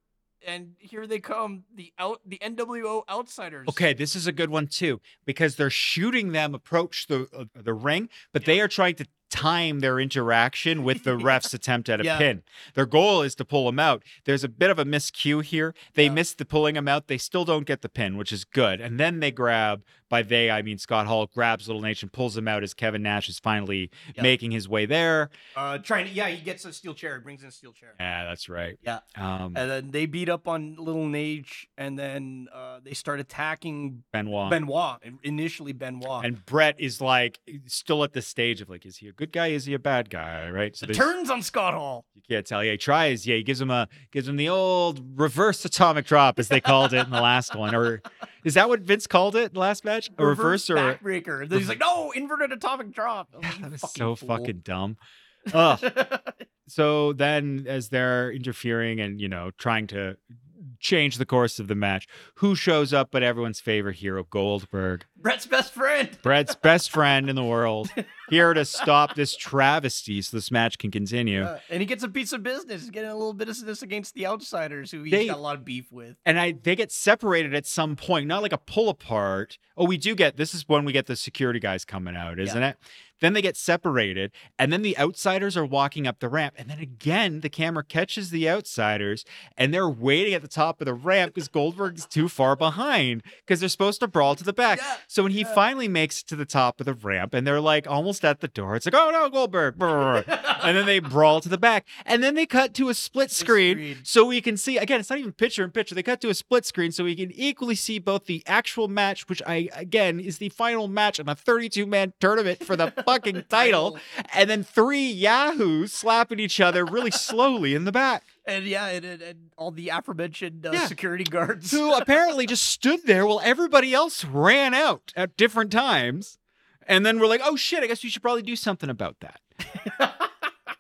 and here they come. The out the NWO outsiders.
Okay, this is a good one too, because they're shooting them approach the uh, the ring, but they are trying to time their interaction
<laughs>
with the ref's attempt at a
Yeah.
pin. Their goal is to pull them out. There's a bit of a miscue here. They
Yeah.
miss the pulling them out. They still don't get the pin, which is good. And then they grab, by they, I mean Scott Hall grabs Little Nation, pulls him out as Kevin Nash is finally
Yeah.
making his way there.
Uh, trying to yeah, he gets a steel chair. Brings in a steel chair.
Yeah, that's right.
Yeah.
Um,
And then they beat up on Little Nage, and then uh, they start attacking
Benoit.
Benoit. Initially Benoit.
and Brett is like still at the stage of like, is he a good guy? Is he a bad guy? Right. So
it
there's-
turns on Scott Hall.
You can't tell. Yeah, he tries. Yeah, he gives him a gives him the old reverse atomic drop, as they called it in the last one. Or is that what Vince called it in the last match? A reverse, or
backbreaker. And then he's like, no, inverted atomic
<laughs>
drop. I'm like, "You
that was
fucking
so
fool."
fucking dumb. Ugh.
<laughs>
So then, as they're interfering and you know trying to change the course of the match, who shows up but everyone's favorite hero, Goldberg,
Brett's best friend.
Brett's best friend in the world, here to stop this travesty so this match can continue.
<laughs> Uh, and he gets a piece of business. He's getting a little bit of this against the outsiders who he's
They-
got a lot of beef with.
<laughs> and I they get separated at some point, not like a pull apart. Oh, we do get this is when we get the security guys coming out, isn't it? Then they get separated, and then the outsiders are walking up the ramp. And then again, the camera catches the outsiders, and they're waiting at the top of the ramp because Goldberg's too far behind because they're supposed to brawl to the back.
Yeah,
So when he
yeah.
finally makes it to the top of the ramp, and they're like almost at the door, it's like, oh no, Goldberg. brr." and then they brawl to the back. And then they cut to a split screen
screen.
so we can see again, it's not even picture in picture. They cut to a split screen so we can equally see both the actual match, which I again is the final match in a 32 man tournament for the
<laughs>
fucking title, and then three yahoos slapping each other really slowly in the back,
And yeah, and, and, and all the aforementioned uh,
Yeah.
security guards. <laughs>
who apparently just stood there while everybody else ran out at different times. And then we're like, oh shit, I guess we should probably do something about that.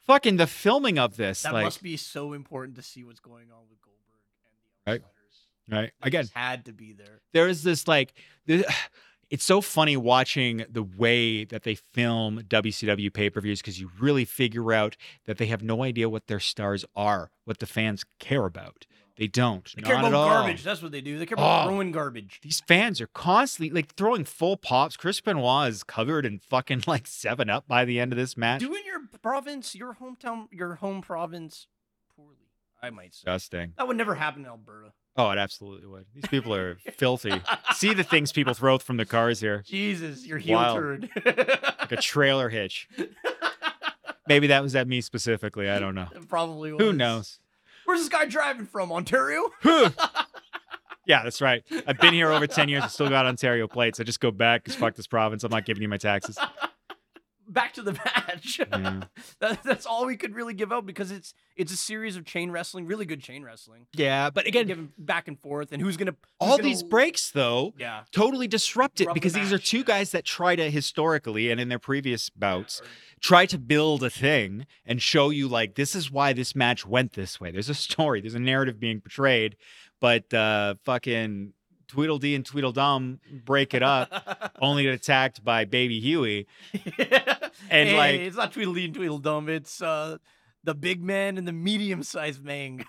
Fucking the filming of this,
That
like,
must be so important to see what's going on with Goldberg and
Right.
the outsiders.
right?
They
Again,
just had to be there.
there is this like the, <sighs> it's so funny watching the way that they film WCW pay-per-views because you really figure out that they have no idea what their stars are, what the fans care about. They don't.
They
not
care
at
about
all.
garbage. That's what they do. They care about
Oh.
throwing garbage.
These fans are constantly like throwing full pops. Chris Benoit is covered in fucking like seven up by the end of this match.
Doing your province, your hometown, your home province, poorly. I might say
Disgusting.
that would never happen in
<laughs>
Alberta.
Oh, it absolutely would. These people are filthy. See the things people throw from the cars here.
Jesus, your heel
Wild.
turd. <laughs>
Like a trailer hitch. Maybe that was at me specifically. I don't know.
Probably.
Who
was.
knows?
Where's this guy driving from? Ontario? <laughs>
Huh. <laughs> yeah, that's right. I've been here over 10 years. I still got Ontario plates. I just go back because fuck this province. I'm not giving you my taxes.
Back to the match.
Yeah.
<laughs> that, that's all we could really give out because it's it's a series of chain wrestling, really good chain wrestling.
Yeah, but again,
giving back and forth, and who's gonna who's
all
gonna-
these breaks, though,
Yeah.
totally disrupt it
Disrupt the
because these are
match,
two
yeah.
guys that try to historically and in their previous bouts try to build a thing and show you like this is why this match went this way. There's a story, there's a narrative being portrayed, but uh fucking Tweedledee and Tweedledum break it up
<laughs>
only get attacked by baby Huey. <laughs>
<laughs>
And,
Hey,
like-
it's not Tweedledee and Tweedledum. It's uh, the big man and the medium-sized man.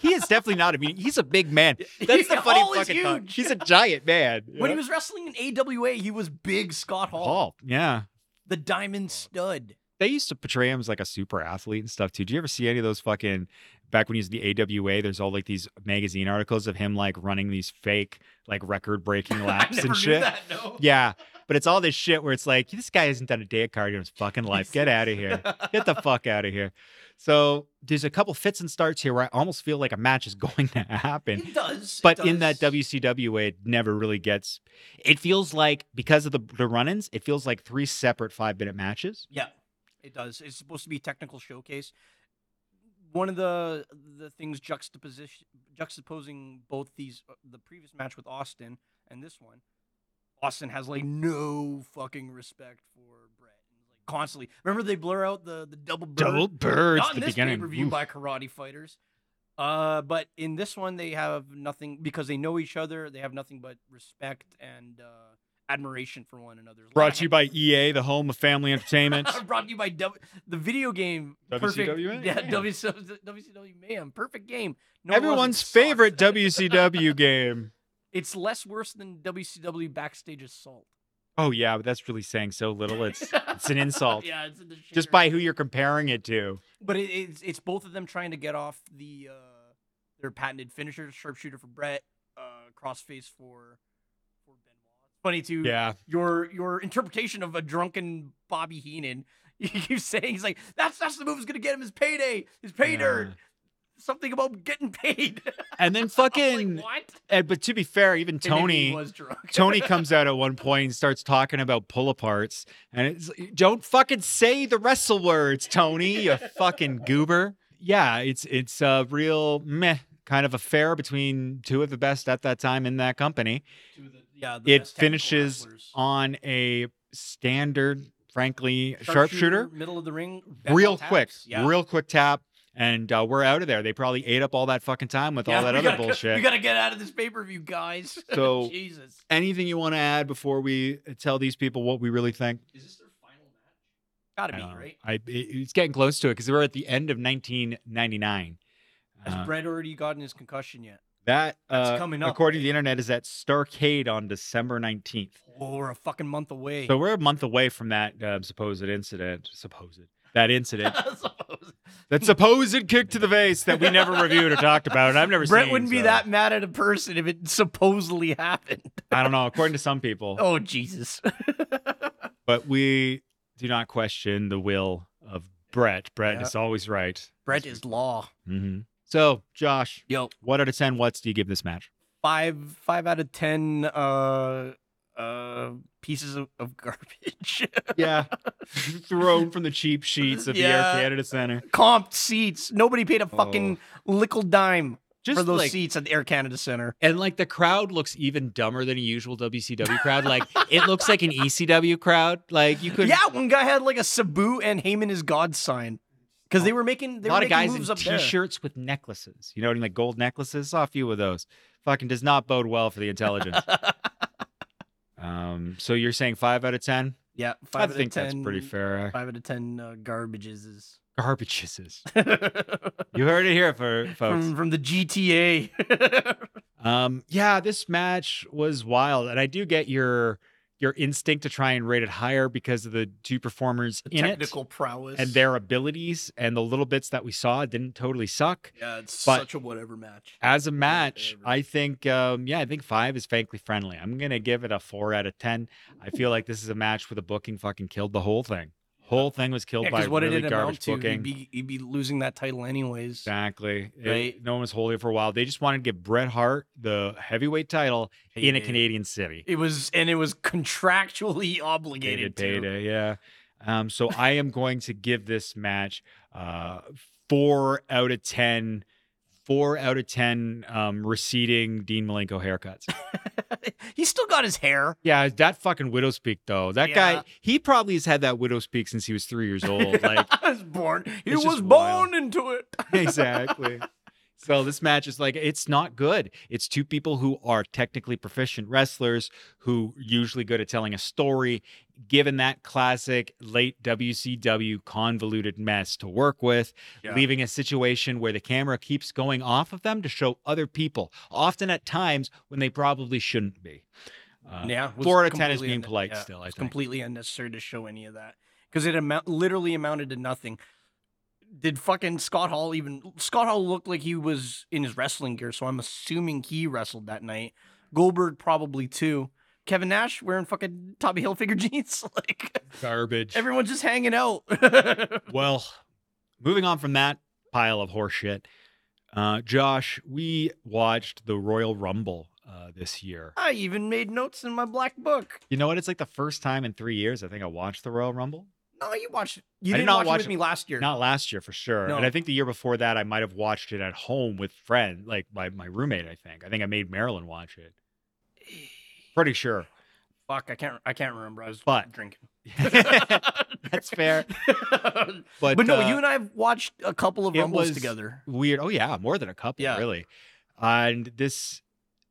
He is definitely not a mean. He's a
<laughs>
big man. That's the funny
Hall is
fucking thing.
huge.
He's a giant
<laughs>
man.
When he was wrestling in AWA, he was big Scott Hall,
Hall, yeah.
the Diamond Stud.
They used to portray him as like a super athlete and stuff too. Do you ever see any of those fucking back when he was in the AWA? There's all like these magazine articles of him like running these fake like record breaking
<laughs>
laps
I never
and
knew
shit.
that. No.
Yeah, but it's all this shit where it's like this guy hasn't done a day of cardio in his fucking life. Get out
<laughs>
of here. Get the fuck out of here. So there's a couple fits and starts here where I almost feel like a match is <laughs> going to happen.
It does. it
But in that
does.
WCW, it never really gets. It feels like because of the the run-ins, it feels like three separate five-minute matches.
Yeah, it does. It's supposed to be a technical showcase. One of the the things juxtaposition juxtaposing both these uh, the previous match with Austin and this one, Austin has like no fucking respect for Brett. Like constantly, remember they blur out the the double bird?
Double birds.
Not
at
in
the
this
beginning.
pay-per-view
Oof.
by karate fighters. Uh, but in this one, they have nothing because they know each other. They have nothing but respect and uh, admiration for one another.
Brought to you by EA, the home of
<laughs>
family entertainment.
Brought to you by W- the video game
WCW?
Perfect, yeah, <laughs>
Yeah.
WCW, WCW Mayhem. Perfect game. No, it wasn't.
Everyone's
It sucked.
favorite WCW game.
<laughs> It's less worse than WCW Backstage Assault.
Oh yeah, but that's really saying so little. It's <laughs> it's an insult.
yeah, it's in the shitter.
Just by who you're comparing it to.
But it, it's it's both of them trying to get off the uh, their patented finisher, sharpshooter for Brett, uh, crossface for for Benoit. Funny too.
Yeah.
Your your interpretation of a drunken Bobby Heenan. <laughs> You keep saying he's like that's that's the move that's gonna get him his payday, his pay
Yeah.
dirt. Something about getting paid. <laughs>
And then
I'm
fucking.
like, what? <laughs>
and- but to be fair, even
And maybe
Tony.
he was drunk. <laughs>
Tony comes out at one point and starts talking about pull aparts. And it's don't fucking say the wrestle words, Tony, you fucking goober. Yeah, it's it's a real meh kind of affair between two of the best at that time in that company
To the- yeah, the
It
best technical
finishes
wrestlers.
on a standard, frankly,
Sharpshooter,
sharpshooter.
middle of the ring, back
Real
on taps.
quick,
Yeah.
real quick tap. And uh, we're out of there. They probably ate up all that fucking time with
Yeah,
all that
we
other
gotta-
bullshit.
We gotta get out of this pay per view, guys. <laughs>
So-
Jesus,
Anything you want to add before we tell these people what we really think?
is this their final match? Gotta
I
be
don't know.
right.
Um, I- it- it's getting close to it because we're at the end of 1999.
Has
Uh,
Brett already gotten his concussion yet?
That
That's
uh,
coming up.
according to the internet, is at Starcade on December nineteenth.
Oh, we're a fucking month away. <laughs>
So we're a month away from that uh, supposed incident. Supposed that incident.
Suppose-
that supposed kick to the face that we never reviewed or talked about, and I've never seen.
Brett uh, wouldn't be
so
that mad at a person if it supposedly <laughs> happened.
I don't know. According to some people,
Oh Jesus! <laughs>
but we do not question the will of Brett. Brett
Yeah.
is always right.
Brett is law.
hmm So, Josh,
Yo,
what out of ten what's do you give this match?
five five out of ten uh uh pieces of, of garbage. <laughs>
<laughs> Yeah, thrown from the cheap sheets of the
Yeah.
Air Canada Center.
Comped seats. Nobody paid a fucking nickel dime
Just
for those
like,
seats at the Air Canada Center.
And like the crowd looks even dumber than a usual WCW crowd. Like it looks like an
E
ECW crowd. Like you could
yeah, one guy had like a Sabu and Heyman is God sign because they were making
a
they were
lot of
making
guys in
moves up there.
t-shirts with necklaces.
You know, like gold necklaces. Saw a few of those. Fucking does not bode well for
<laughs>
the intelligence. um. So you're saying five out of ten?
Yeah, five
I
out
think
of ten.
that's pretty fair.
Five out of ten uh, garbages is <laughs>
Garbages.
from,
You heard it here, for folks.
from the <laughs> GTA.
Um, yeah, this match was wild, and I do get your your instinct to try and rate it higher because of the two performers in it
technical prowess
and their abilities, and the little bits that we saw didn't totally suck.
yeah it's
but-
such a whatever match
As a
my
match,
favorite.
I think um, yeah, I think five is frankly friendly. I'm gonna give it a four out of ten. I feel like this is a match where the booking fucking killed the whole thing. Whole thing was killed by
because Uh, what
really
it did amount
garbage
to
booking.
he'd be, he'd be losing that title anyways
Exactly. It-
Right.
no one was holding it for a while. They just wanted to give Bret Hart the heavyweight title in a
Heyday.
Canadian city.
it was and it was contractually <laughs> obligated
Payday,
to
payday, uh, yeah. Um, so I am going to give this match uh, four out of ten. Four out of ten um, receding Dean Malenko haircuts.
<laughs> he still got his hair <laughs>
Yeah, that fucking widow's peak though. That
Yeah.
guy, he probably has had that widow's peak since he was three years old. Like
I was born he
It's
was
just
born
wild.
into it
<laughs> exactly. So this match is like it's not good. It's two people who are technically proficient wrestlers who usually good at telling a story, given that classic late WCW convoluted mess to work with,
Yeah.
leaving a situation where the camera keeps going off of them to show other people, often at times when they probably shouldn't be. Uh,
yeah it was
four out of ten is
completely
being
unne-
polite
yeah,
still, I
it's
think.
completely unnecessary to show any of that because it amount literally amounted to nothing did fucking Scott Hall even Scott Hall looked like he was in his wrestling gear, so I'm assuming he wrestled that night. Goldberg probably too. Kevin Nash wearing fucking Tommy Hilfiger <laughs> jeans, like
Garbage.
everyone's just hanging out. <laughs>
Well, moving on from that pile of horseshit, uh, Josh, we watched the Royal Rumble uh, this year.
I even made notes in my black book.
You know what? It's like the first time in three years I think I watched the Royal Rumble.
No, you watched. it. You
I did
didn't
not
watch,
watch
it with
it.
me last year.
Not last year for sure.
No.
And I think the year before that I might have watched it at home with friend, like my, my roommate, I think. I think I made Marilyn watch it. Pretty sure.
Fuck, I can't. I can't remember. I was
But- <laughs>
drinking. <laughs>
That's fair. But,
But, no,
uh,
you and I have watched a couple of
it
rumbles
was-
together.
weird. Oh yeah, more than a couple,
Yeah.
really. And this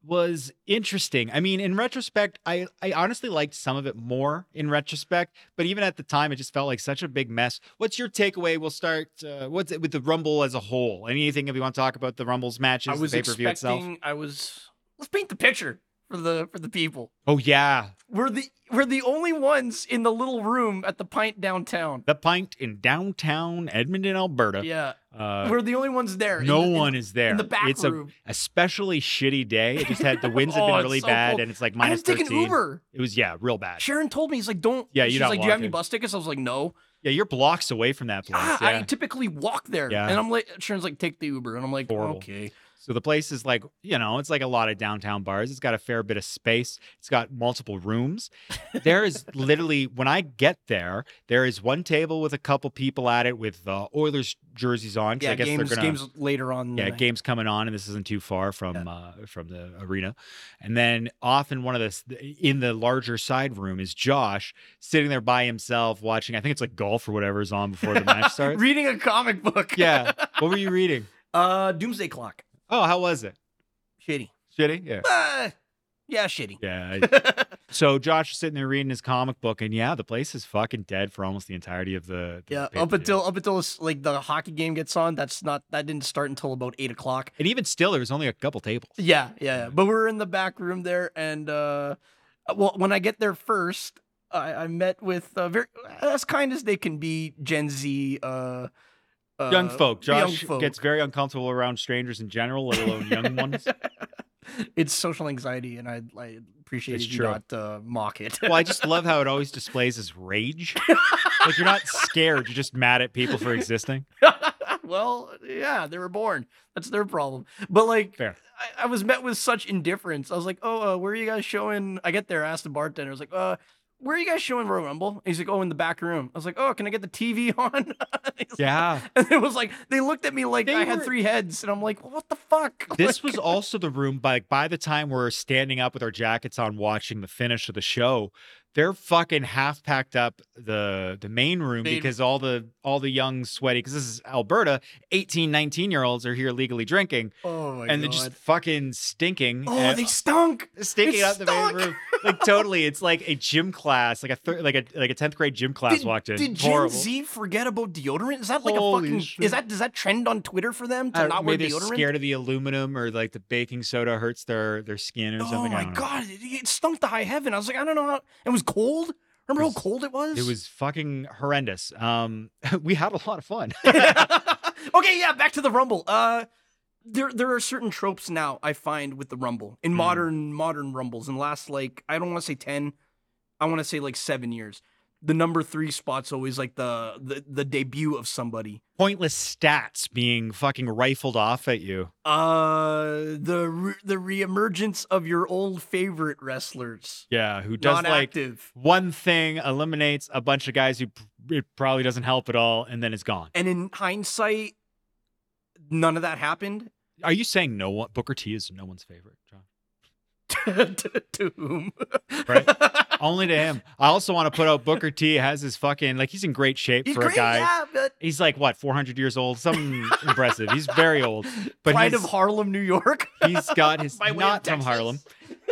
was interesting. I mean, in retrospect, I I honestly liked some of it more in retrospect, but even at the time, it just felt like such a big mess. What's your takeaway? We'll start. Uh, what's it with the Rumble as a whole? Anything if you want to talk about the Rumble's matches,
I was
the pay per view
expecting.
itself?
I was. Let's paint the picture for the for the people.
Oh yeah,
We're the we're the only ones in the little room at the pint downtown.
the pint in downtown Edmonton, Alberta.
Yeah,
Uh,
we're the only ones there. in
no
the- in-
one is there.
in the back
it's
room.
a especially shitty day. It just had the winds
<laughs>
had
Oh,
been
it's
really
so
bad,
cold.
and it's like
I had
minus
to take an
13.
Uber.
It was yeah, real bad.
Sharon told me he's like, don't.
Yeah, you're
She's
not
like, do you have any
walking.
bus tickets? I was like, no.
Yeah, you're blocks away from that place.
Ah,
yeah.
I typically walk there.
Yeah.
And I'm like, Sharon's like, take the Uber, and I'm like,
Horrible.
okay.
so the place is like, you know, it's like a lot of downtown bars. It's got a fair bit of space. It's got multiple rooms.
<laughs>
There is literally when I get there, there is one table with a couple people at it with uh, Oilers jerseys on. 'cause
Yeah,
I guess
games
they're gonna
games later on. in the
yeah,
night.
games coming on, and this isn't too far from uh, from the arena. And then off in one of the s- in the larger side room is Josh sitting there by himself watching. I think it's like golf or whatever is on before the
<laughs>
match starts.
Reading a comic book.
yeah, what were you reading?
Uh, Doomsday Clock.
Oh, how was it?
Shitty.
Shitty. Yeah.
Ah, Yeah, shitty.
Yeah.
<laughs>
I- so Josh is sitting there reading his comic book, and yeah, the place is fucking dead for almost the entirety of the. the
Yeah,
pay-per-view.
up until up until it's, like the hockey game gets on. That's not that didn't start until about eight o'clock.
and even still, there was only a couple tables.
Yeah, yeah. yeah. But we were in the back room there, and uh, well, when I get there first, I, I met with uh, very as kind as they can be, Gen Z. Uh, uh,
young folk.
young
Josh
folk.
gets very uncomfortable around strangers in general, let
<laughs>
alone young ones.
It's social anxiety, and I, I appreciate
It's
if you
true.
not uh, mock
<laughs>
it.
Well, I just love how it always displays his rage. like you're not scared, you're just mad at people
<laughs>
for existing.
well, yeah, they were born. That's their problem. But like,
Fair.
I, I was met with such indifference. I was like, "Oh, uh, where are you guys showing?" I get there, I asked the bartender. I was like, "Uh, where are you guys showing Royal Rumble?" And he's like, "Oh, in the back room." I was like, "Oh, can I get the TV <laughs> on?" He's-
Yeah.
<laughs> And it was like they looked at me like
They
I had
were-
three heads, and I'm like, "What the fuck?" <laughs>
This was also the room by by the time we're standing up with our jackets on watching the finish of the show. They're fucking half packed up the the main room
Main-
because all the all the young sweaty because this is Alberta, 18, 19 year olds are here legally drinking
oh my
and they're just fucking stinking.
oh,
and-
they stunk.
sticking
It
out the main
stunk.
room. Like totally, it's like a gym class, like a thir- like a like a tenth grade gym class
Did-
walked in.
Did Gen
Horrible.
Z forget about deodorant? Is that like
Holy
a fucking?
shit.
Is that does that trend on Twitter for them to
I don't-
not wear
maybe
deodorant?
they're scared of the aluminum or like the baking soda hurts their their skin or
Oh
something. I
my
don't know.
god, it, it stunk to high heaven. I was like, I don't know how it was cold. Remember
It
how
was-
cold it was?
It was <laughs> fucking horrendous. Um, <laughs> we had a lot of fun.
<laughs>
<laughs>
okay, yeah, back to the rumble. Uh there there are certain tropes now I find with the rumble in
Mm.
modern modern rumbles in the last like I don't want to say 10, I want to say like 7 years. The number 3 spot's always like the the, the debut of somebody.
Pointless stats being fucking rifled off at you.
Uh the re- the reemergence of your old favorite wrestlers.
Yeah, who does
Not
like
active.
one thing, eliminates a bunch of guys who pr- it probably doesn't help at all, and then it's gone.
And in hindsight none of that happened. <laughs>
Are you saying no one Booker T is no one's favorite, John?
to, to whom? <laughs>
Right. Only to him. I also want to put out Booker T has his fucking like he's in great shape
He's
for
great,
a guy.
yeah, but
He's like what 400 years old, something impressive. He's very old, but
Pride
he's,
of Harlem, New
<laughs>
York.
he's
<laughs>
got his
By way of
not from
Texas.
Harlem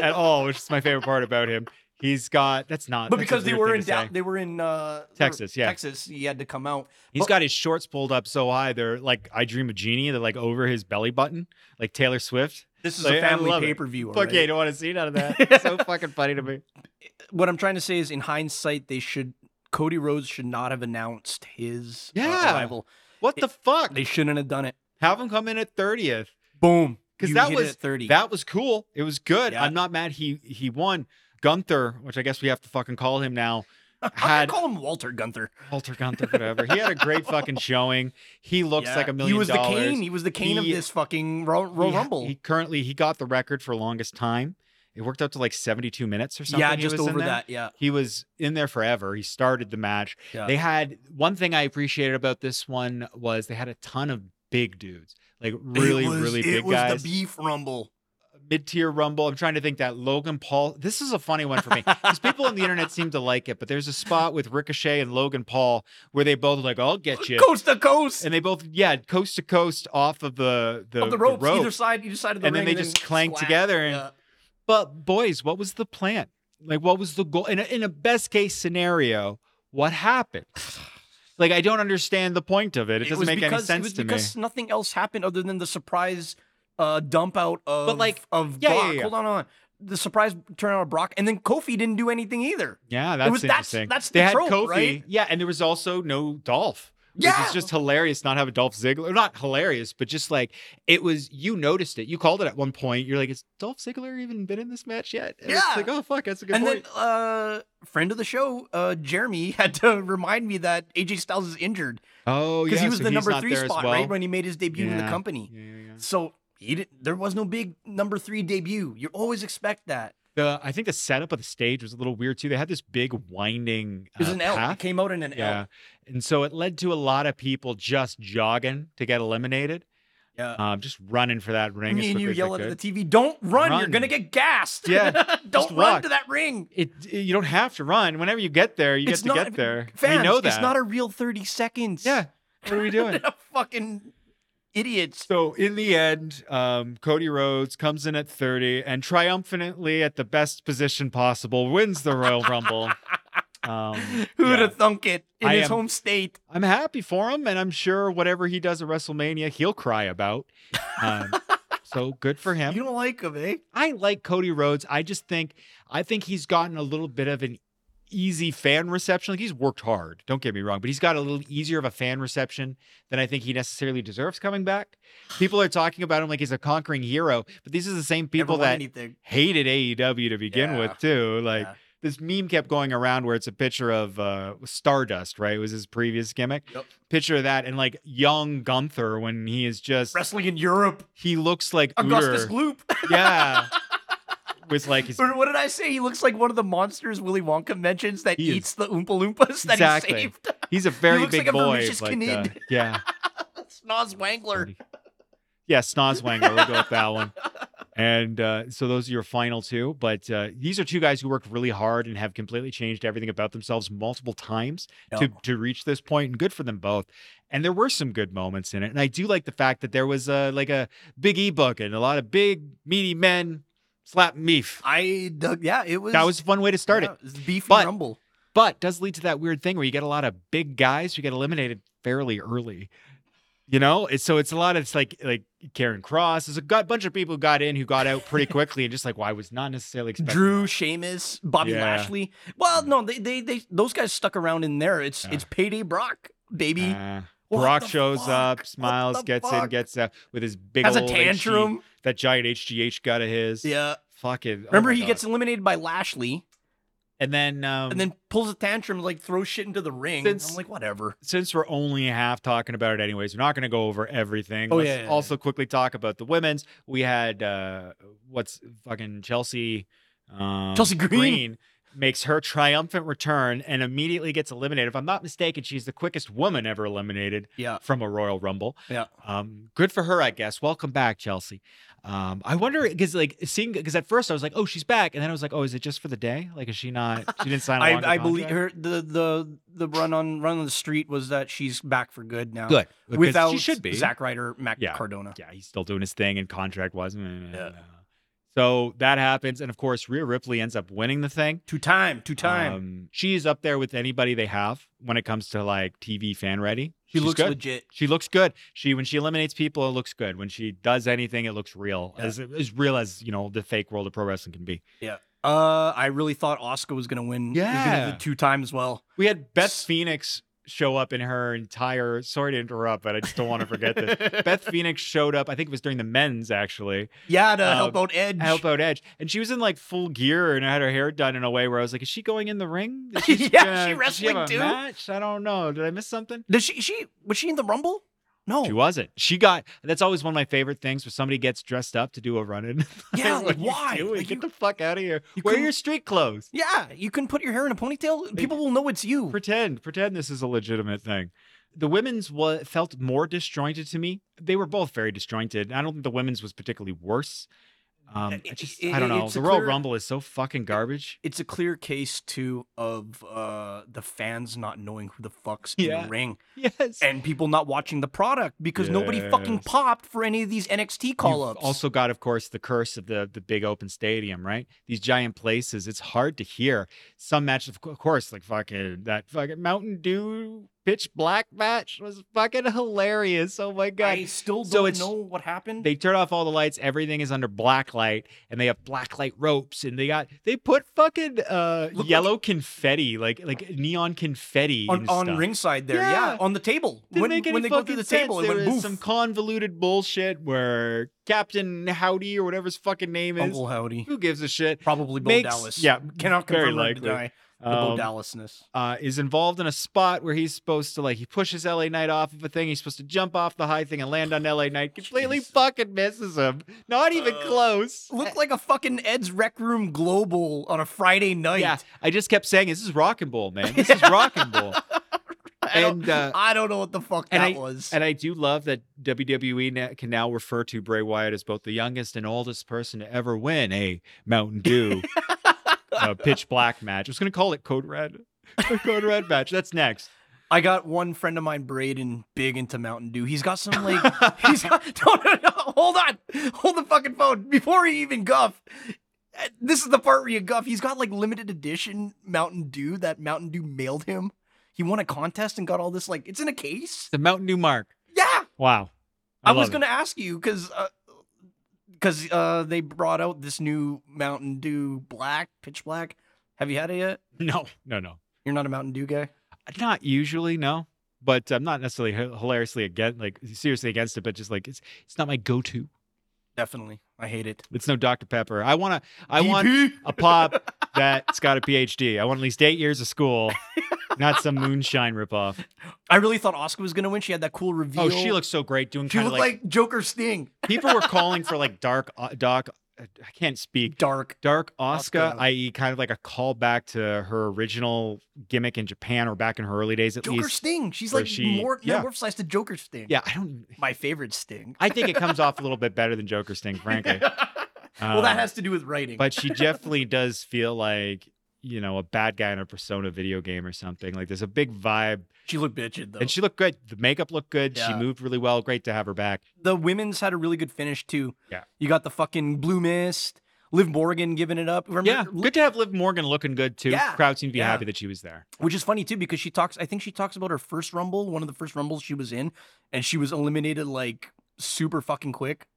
at all, which is my favorite part about him. He's got that's not,
But
that's a
because they
weird
were
thing
in
to
Dal-
say.
they were in uh, they were-
Texas, yeah.
Texas, he had to come out.
He's got his shorts pulled up so high they're like I Dream of Genie, they're like over his belly button, like Taylor Swift.
This is
Like,
a
I
family
love it.
pay per view.
Fuck yeah, you don't want to see none of that.
<laughs>
It's so fucking funny to me.
What I'm trying to say is, in hindsight, they should Cody Rhodes should not have announced his uh,
Yeah.
arrival.
What the fuck?
They shouldn't have done it.
Have him come in at 30th.
Boom.
'Cause
You
that
hit it
was-
at 30.
That was cool. It was good.
Yeah.
I'm not mad he he won. Gunther, which I guess we have to fucking call
<laughs>
him now,
I'm gonna
had
call him Walter Gunther.
Walter Gunther, whatever. He had a great fucking showing. He looks
Yeah.
like a million
He was
dollars.
the Kane. He was the Kane
He-
of this fucking Royal
He-
Rumble.
He currently he got the record for longest time. It worked out to like 72 minutes or something.
yeah,
he
just
was in
over
there.
that. <laughs> Yeah.
He was in there forever. He started the match.
Yeah.
They had one thing I appreciated about this one was they had a ton of big dudes, like really,
it was,
really
it
big
was
guys.
the Beef <laughs> Rumble.
mid tier rumble. I'm trying to think that Logan Paul. This is a funny one for me because people on the internet seem to like it, but there's a spot with Ricochet and Logan Paul where they both are like, "I'll
<laughs>
get you,"
Coast to coast.
and they both yeah coast to coast off of the the,
of the ropes, either side, either side of the
And then
ring,
they just clank together and-
Yeah.
But boys, what was the plan? Like, what was the goal? In a, in a best case scenario, what happened? <sighs> Like, I don't understand the point of it. It, doesn't
was
make
because,
any sense
it was
to me.
because nothing else happened other than the surprise uh, dump out of
like,
of
yeah, yeah,
Brock.
yeah.
Hold on, hold on. The surprise turn out of Brock, and then Kofi didn't do anything either.
Yeah, that's
was- that's-
interesting.
that's
they
the
had
trope,
Kofi.
right?
Yeah, and there was also no Dolph. which
Yeah.
is just hilarious not having Dolph Ziggler. Not hilarious, but just like it was. You noticed it. You called it at one point. You're like, is Dolph Ziggler even been in this match yet? And It's
Yeah.
like, oh fuck, that's a good
and
point.
then uh, friend of the show, uh, Jeremy, <laughs> had to remind me that AJ Styles is injured
oh yeah,
because he was
so
the
he's
number
not
three
there as
spot
well.
right when he made his debut in the
Yeah.
company.
Yeah, yeah, yeah.
So he didn't. There was no big number three debut. You always expect that.
The I think the setup of the stage was a little weird too. They had this big winding
It was
uh,
an L.
path.
It came out in an
yeah,
L.
and so it led to a lot of people just jogging to get eliminated,
Yeah.
um, just running for that ring. as
Me and
quickly
you
as they
yelling
could.
at the TV, don't run, you're
Run.
gonna get gassed. <laughs>
Yeah,
don't
rock.
run to that ring.
it, it- you don't have to run. Whenever you get there, you
It's
get to
not-
get there.
Fans,
we know
<laughs>
that.
it's not a real 30 seconds.
yeah. What are we doing?
Fucking idiots.
So in the end, um, Cody Rhodes comes in at 30 and triumphantly at the best position possible wins the
<laughs>
Royal Rumble. Um,
Who'd
yeah.
have thunk it in
I
his
am-
home state?
I'm happy for him, and I'm sure whatever he does at WrestleMania, he'll cry about. Um, so good for him.
You don't like him, eh?
I like Cody Rhodes. I just think I think he's gotten a little bit of an easy fan reception. Like he's worked hard, don't get me wrong, but he's got a little easier of a fan reception than I think he necessarily deserves coming back. People are talking about him like he's a conquering hero, but these are the same
Never
people
won
that
anything.
hated AEW to begin
Yeah.
with too. Like
Yeah.
this meme kept going around where it's a picture of uh, Stardust, right? was his previous gimmick.
Yep.
Picture of that and like young Gunther when he is just
wrestling in Europe.
he looks like
Augustus
Uter.
Gloop. <laughs>
yeah. With like his
Or what did I say? He looks like one of the monsters Willy Wonka mentions that
He is-
eats the Oompa Loompas that
Exactly.
he saved.
He's a very
looks
big
like a
boy.
voracious
like,
canid.
uh, <laughs>
<laughs>
yeah.
Snoz Wangler.
Yeah, Snozwanger. We'll go with that one. And uh, so those are your final two. But uh, these are two guys who worked really hard and have completely changed everything about themselves multiple times to, to reach this point, and good for them both. And there were some good moments in it. And I do like the fact that there was uh, like a big e book and a lot of big, meaty men slap meef.
I dug. Yeah, it was.
That was a fun way to start
yeah,
it.
was beefy
But-
rumble.
but does lead to that weird thing where you get a lot of big guys who get eliminated fairly early. You know, it's, so it's a lot of it's like like Karen Cross. There's a got, bunch of people who got in who got out pretty quickly and just like, well, I was not necessarily expecting.
Drew,
that."
Sheamus, Bobby
Yeah. Mm.
Lashley. Well, no, they, they they those guys stuck around in there. It's
Yeah.
it's payday Brock, baby.
Uh,
What
Brock
the
shows
fuck?
up, smiles,
What the
gets in,
fuck?
gets out with his big
has a
old HG
tantrum.
that giant HGH got of his.
Yeah.
Fucking. oh
Remember,
my
he
God.
gets eliminated by Lashley
And then, um,
and then pulls a tantrum, like throws shit into the ring.
Since-
I'm like, whatever.
since we're only half talking about it anyways, we're not going to go over everything.
Oh,
Let's
yeah, yeah,
also quickly talk about the women's. We had uh what's fucking Chelsea um,
Chelsea Green.
makes her triumphant return and immediately gets eliminated. If I'm not mistaken, she's the quickest woman ever eliminated
Yeah.
from a Royal Rumble.
Yeah.
Um, good for her, I guess. Welcome back, Chelsea. Um, I wonder because like seeing because at first I was like, oh, she's back, and then I was like, oh, is it just for the day? Like, is she not? She didn't sign. a longer
I, I believe
contract?
her the the the run on run on the street was that she's back for good now.
Good. because
Without
she should be
Zack Ryder, Mac
Yeah.
Cardona.
yeah, he's still doing his thing and contract wise.
Yeah.
So that happens. And of course, Rhea Ripley ends up winning the thing.
Two time, two time.
Um, she's up there with anybody they have when it comes to like TV fan ready.
she
She's
looks
good.
legit.
She looks good. She when she eliminates people, it looks good. When she does anything, it looks real.
Yeah.
As as real as, you know, the fake world of pro wrestling can be.
Uh, I really thought Oscar was gonna win. was gonna do
Yeah.
the two time as well.
We had Beth
S-
Phoenix show up in her entire sorry to interrupt, but I just
<laughs>
don't want to forget this. Beth Phoenix showed up, I think it was during the men's actually.
Yeah, to
Uh,
help out Edge.
help out Edge. And she was in like full gear and had her hair done in a way where I was like, is she going in
<laughs>
the ring? Is
Yeah,
gonna-
she
does have
wrestling
a
too?
Match? I don't know. Did I miss something?
Does she? She was she in the Rumble? No.
She wasn't. She got. That's always one of my favorite things where somebody gets dressed up to do a run in. <laughs>
Yeah, like,
you
why?
doing?
Like,
Get
you-
the fuck out of here.
you
Wear
couldn't-
your street clothes.
<laughs> Yeah, you can put your hair in a ponytail. People will know it's you.
Pretend. Pretend this is a legitimate thing. The women's wa- felt more disjointed to me. They were both very disjointed. I don't think the women's was particularly worse. Um, I
It-
just,
it-
I don't know.
it's a
The Royal
clear-
Rumble is so fucking garbage.
It's a clear case too of uh the fans not knowing who the fuck's in
Yeah.
the ring
Yes.
and people not watching the product because nobody fucking
Yes.
popped for any of these NXT call
You've
ups.
also got, of course, the curse of the the big open stadium, right? These giant places, it's hard to hear. Some matches, of cou- of course, like fucking that fucking Mountain Dew pitch black match was fucking hilarious. Oh my god!
I still
So
don't
it's-
know what happened.
They turn off all the lights. Everything is under black light, and they have black light ropes, and they got they put fucking uh,
Look
yellow confetti, like like neon confetti
on,
and
on
stuff.
ringside there, yeah.
Yeah.
on the table.
Didn't
when
make any
when they go
fucking
through the
sense.
table,
there
it went
was
boof.
some convoluted bullshit where Captain Howdy or whatever his fucking name is.
Uncle Howdy,
Who gives a shit?
probably Bo
Makes-
Oh, Dallas.
yeah,
cannot
very
confirm or
likely.
deny the Bo
Um,
Dallasness.
uh, is involved in a spot where he's supposed to like he pushes LA Knight off of a thing. He's supposed to jump off the high thing and land on
<laughs>
LA Knight. Completely
Jesus.
fucking misses him. Not even
Uh,
close.
Looked like a fucking Ed's Rec Room Global on a Friday night.
Yeah, I just kept saying this is rock and bull,
<laughs>
man. This is rock and bull.
I don't,
And uh,
I don't know what the fuck
and
that was.
and I do love that WWE na- can now refer to Bray Wyatt as both the youngest and oldest person to ever win a
<laughs>
Mountain Dew <laughs>
<laughs>
uh, pitch black match. I was gonna call it Code Red, a Code Red match. That's next.
I got one friend of mine, Braden, big into Mountain Dew. He's got some
<laughs>
like he's <laughs> got no, no, no, hold on. Hold the fucking phone. Before he even guff. uh, This is the part where you guff. He's got like limited edition Mountain Dew that Mountain Dew mailed him. He won a contest and got all this like it's in a case.
The Mountain Dew Mark.
Yeah.
Wow.
I, was
love it.
gonna ask you because because uh, they brought out this new Mountain Dew Black, pitch black. Have you had it yet?
<laughs> No.
No, no.
You're not a Mountain Dew guy.
Not usually, no. But I'm not necessarily hi- hilariously against, like seriously against it, but just like it's it's not my go-to.
Definitely, I hate it.
It's no Dr Pepper. I want to. I <laughs> want a pop that's got a PhD. I want at least eight years of school, not some moonshine ripoff.
I really thought Oscar was gonna win. She had that cool reveal.
Oh, she looks so great doing
She
kind of
looked
like,
like, Joker Sting.
people were calling for like dark uh, doc. I can't speak.
Dark.
Dark Oscar,
Asuka.
i.e., kind of like a callback to her original gimmick in Japan or back in her early days, at
Joker
least.
Sting. She's
where
like
she-
more
yeah.
metamorphosized to Joker Sting.
Yeah, I don't.
My favorite
<laughs>
Sting.
I think it comes off a little bit better than Joker Sting, frankly.
<laughs> well,
Um,
that has to do with writing.
But she definitely does feel like you know a bad guy in a Persona video game or something. Like there's a big vibe,
she looked bitched though.
and she looked good. The makeup looked good. She
Yeah.
moved really well. Great to have her back.
the women's had a really good finish too.
Yeah.
You got the fucking blue mist. Liv Morgan giving it up. Remember-
Yeah, good to have Liv Morgan looking good too.
Yeah,
Crowd seemed to be
yeah.
happy that she was there.
which is funny too because she talks i think she talks about her first rumble one of the first rumbles she was in and she was eliminated like super fucking quick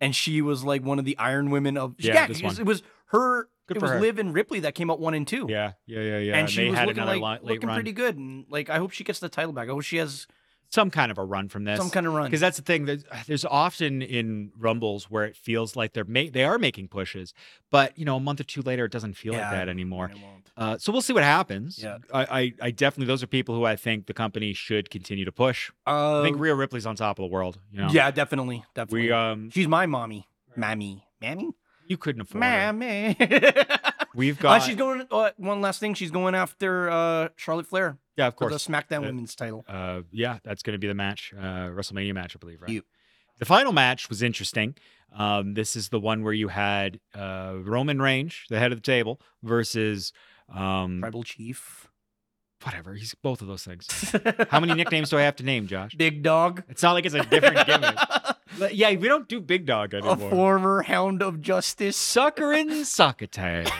and she was like one of the iron women of
Yeah, this
it
one.
was- it was her
Good
it
for
was
her.
liv and ripley that came out one and two
Yeah, yeah, yeah, yeah.
and she
they
was
had
looking
another
like
li- late
looking
run,
pretty good and like i hope she gets the title back i hope she has
some kind of a run from this.
some kind of run
because that's the thing. There's, there's often in rumbles where it feels like they're ma- they are making pushes, but you know, a month or two later, it doesn't feel like
Yeah.
that anymore.
I won't.
Uh, so we'll see what happens.
Yeah.
I, I, I definitely those are people who I think the company should continue to push.
Uh,
I think Rhea Ripley's on top of the world. You know,
yeah definitely definitely
we um,
she's my mommy mammy mammy
you couldn't afford. Her.
mammy <laughs>
We've
uh,
got
she's going uh, one last thing she's going after uh, charlotte flair
yeah, of
for
course.
the SmackDown
Uh,
Women's title.
Uh, yeah, that's going to be the match, uh, WrestleMania match, I believe, right?
You.
The final match was interesting. Um, this is the one where you had uh, Roman Reigns, the head of the table, versus um,
Tribal Chief.
whatever. He's both of those things.
<laughs>
How many nicknames do I have to name, Josh?
Big
<laughs>
Dog.
It's not like it's a
<laughs>
different gimmick. But yeah, we don't do Big Dog
A
anymore.
former Hound of Justice. <laughs>
Sucker in Sockatay.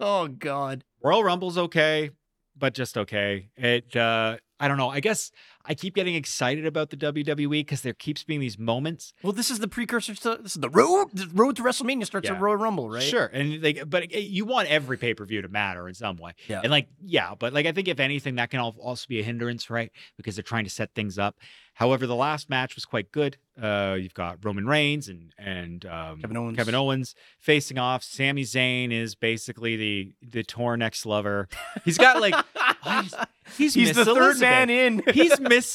Oh God.
<laughs> Royal Rumble's okay, but just okay. It uh I don't know. I guess I keep getting excited about the WWE because there keeps being these moments.
Well, this is the precursor to this is the road. The road to WrestleMania starts
Yeah.
at Royal Rumble, right?
Sure, and like, but it- you want every pay per view to matter in some way.
Yeah.
And like, yeah, but like, I think if anything, that can al- also be a hindrance, right? Because they're trying to set things up. However, the last match was quite good. Uh, you've got Roman Reigns and and um,
Kevin Owens.
Kevin Owens facing off. Sami Zayn is basically the the torn ex lover. He's got like
<laughs>
he's, he's,
He's
Miss
the third
Elizabeth.
man in.
He's Miss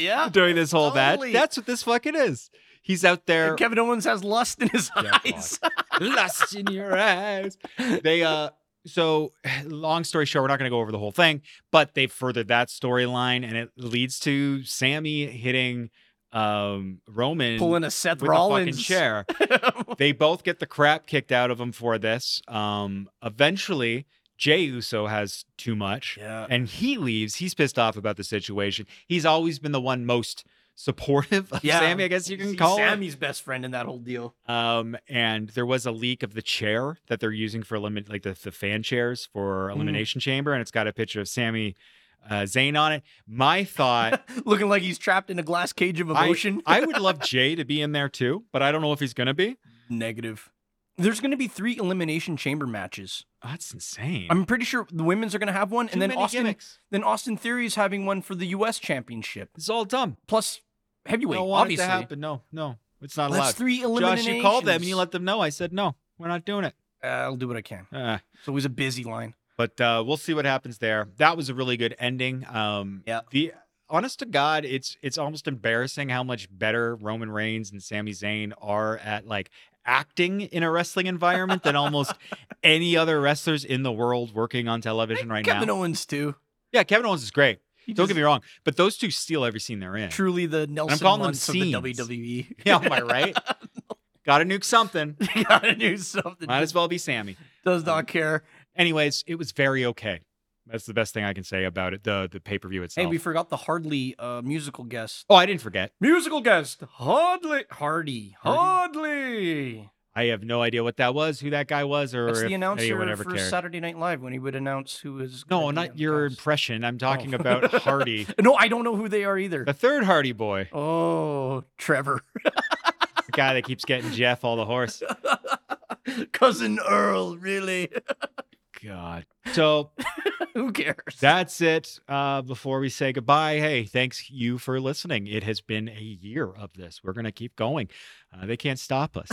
<laughs> Yeah,
during this whole
totally.
match. That's what this fucking is. He's out
<laughs>
there
And Kevin Owens has lust in his
Yeah, <laughs>
eyes.
lust in your eyes. They uh so <sighs> long story short, we're not gonna go over the whole thing, but they furthered that storyline and it leads to Sammy hitting um Roman
Pulling a Seth
with
Rollins
a fucking
<laughs>
chair. they both get the crap kicked out of them for this. Um eventually Jay Uso has too much
Yeah.
and he leaves. He's pissed off about the situation. He's always been the one most supportive of
Yeah.
Sammy, I guess you can
He's
call him.
Sammy's best friend in that whole deal. <laughs>
Um, and there was a leak of the chair that they're using for limit, like the, the fan chairs for
Mm.
Elimination Chamber, and it's got a picture of Sammy uh, Zayn on it. My thought.
Looking like he's trapped in a glass cage of emotion.
I
<laughs>
would love Jay to be in there too, but I don't know if he's gonna be.
Negative. There's going to be three elimination chamber matches.
That's insane.
I'm pretty sure the women's are going to have one,
Too
and then
many
Austin,
gimmicks.
then Austin Theory's having one for the U.S. Championship
It's all dumb.
plus heavyweight.
Don't want it
obviously,
to happen. No, no, it's not
that's
allowed.
three
Josh,
eliminations.
you called them and you let them know. I said no, we're not doing it.
Uh, I'll do what I can.
Uh,
It's always a busy line.
But uh, we'll see what happens there. That was a really good ending. Um,
Yeah.
The honest to God, it's it's almost embarrassing how much better Roman Reigns and Sami Zayn are at like acting in a wrestling environment
<laughs>
than almost any other wrestlers in the world working on television right
Kevin
now.
Owens too.
yeah, Kevin Owens is great.
He just-
Don't get me wrong, but those two steal every scene they're in.
Truly, the Nelson
calling them
Muntz of the E.
scenes.
WWE.
<laughs>
<laughs>
Yeah, am I right? Got to nuke something.
Gotta do something.
Might as well be Sammy.
Does not care.
Anyways, it was very okay. That's the best thing I can say about it. The the pay per view itself.
Hey, we forgot the Hardly uh, musical guest.
oh, I didn't forget.
Musical guest Hardly Hardy Hardly.
I have no idea what that was, who that guy was, or
That's
if
the announcer
anyone ever
for
cared.
Saturday Night Live when he would announce who is.
No,
gonna be
not
on
your
cast.
impression. I'm talking
Oh. <laughs>
about Hardy,
No, I don't know who they are either.
the third Hardy boy,
Oh, Trevor, <laughs>
the guy that keeps getting Jeff all the horse.
cousin Earl, really? <laughs>
God. So
who cares? <laughs>
that's it. Uh, before we say goodbye, hey, thanks you for listening. It has been a year of this. We're gonna keep going. Uh, they can't stop us.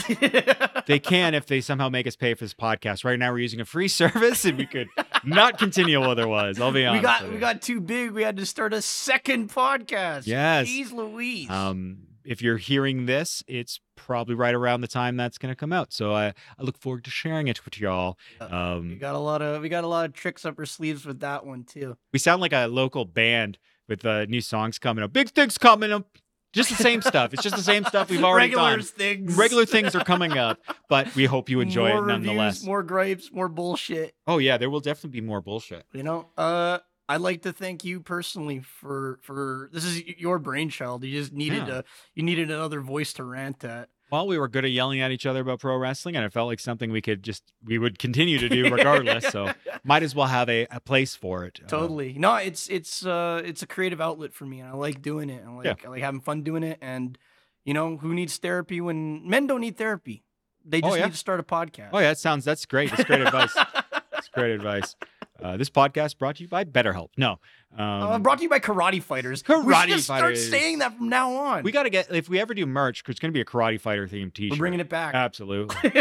They can if they somehow make us pay for this podcast. Right now, we're using a free <laughs> service, and we could not continue otherwise. I'll be
we
honest.
got
with
we
you.
got too big. We had to start a second podcast.
Yes.
Jeez Louise.
Um, if you're hearing this, it's probably right around the time that's going to come out. So I, I look forward to sharing it with y'all.
we
Um,
got a lot of we got a lot of tricks up our sleeves with that one too.
we sound like a local band with uh, new songs coming up. Big things coming up. Just the same stuff. It's just the same stuff we've already
Regular
done.
things.
Regular things are coming up, but we hope you enjoy
more
it nonetheless.
Reviews, more gripes, more bullshit.
oh yeah, there will definitely be more bullshit.
You know, uh, I'd like to thank you personally for for this is y- your brainchild. You just needed
Yeah.
a you needed another voice to rant at.
While we were good at yelling at each other about pro wrestling, and it felt like something we could just we would continue to do regardless. so might as well have a, a place for it. Uh,
Totally. No, it's it's uh it's a creative outlet for me and I like doing it. and like I like having fun doing it and you know, who needs therapy when men don't need therapy. They
Oh,
just
yeah.
need to start a podcast.
oh yeah, that sounds that's great. That's great advice.
<laughs>
That's great advice. Uh, this podcast brought to you by BetterHelp. No, um,
uh, brought to you by karate fighters. we
Karate
should just
Fighters.
start saying that from now on.
we got to get if we ever do merch, 'cause it's going to be a karate fighter themed T-shirt.
We're bringing it back.
Absolutely,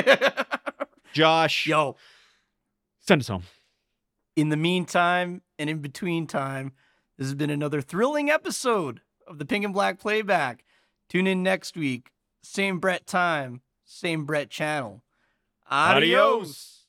<laughs>
Josh,
Yo,
send us home.
in the meantime and in between time, this has been another thrilling episode of the Pink and Black Playback. Tune in next week, same Brett time, same Brett channel. Adios.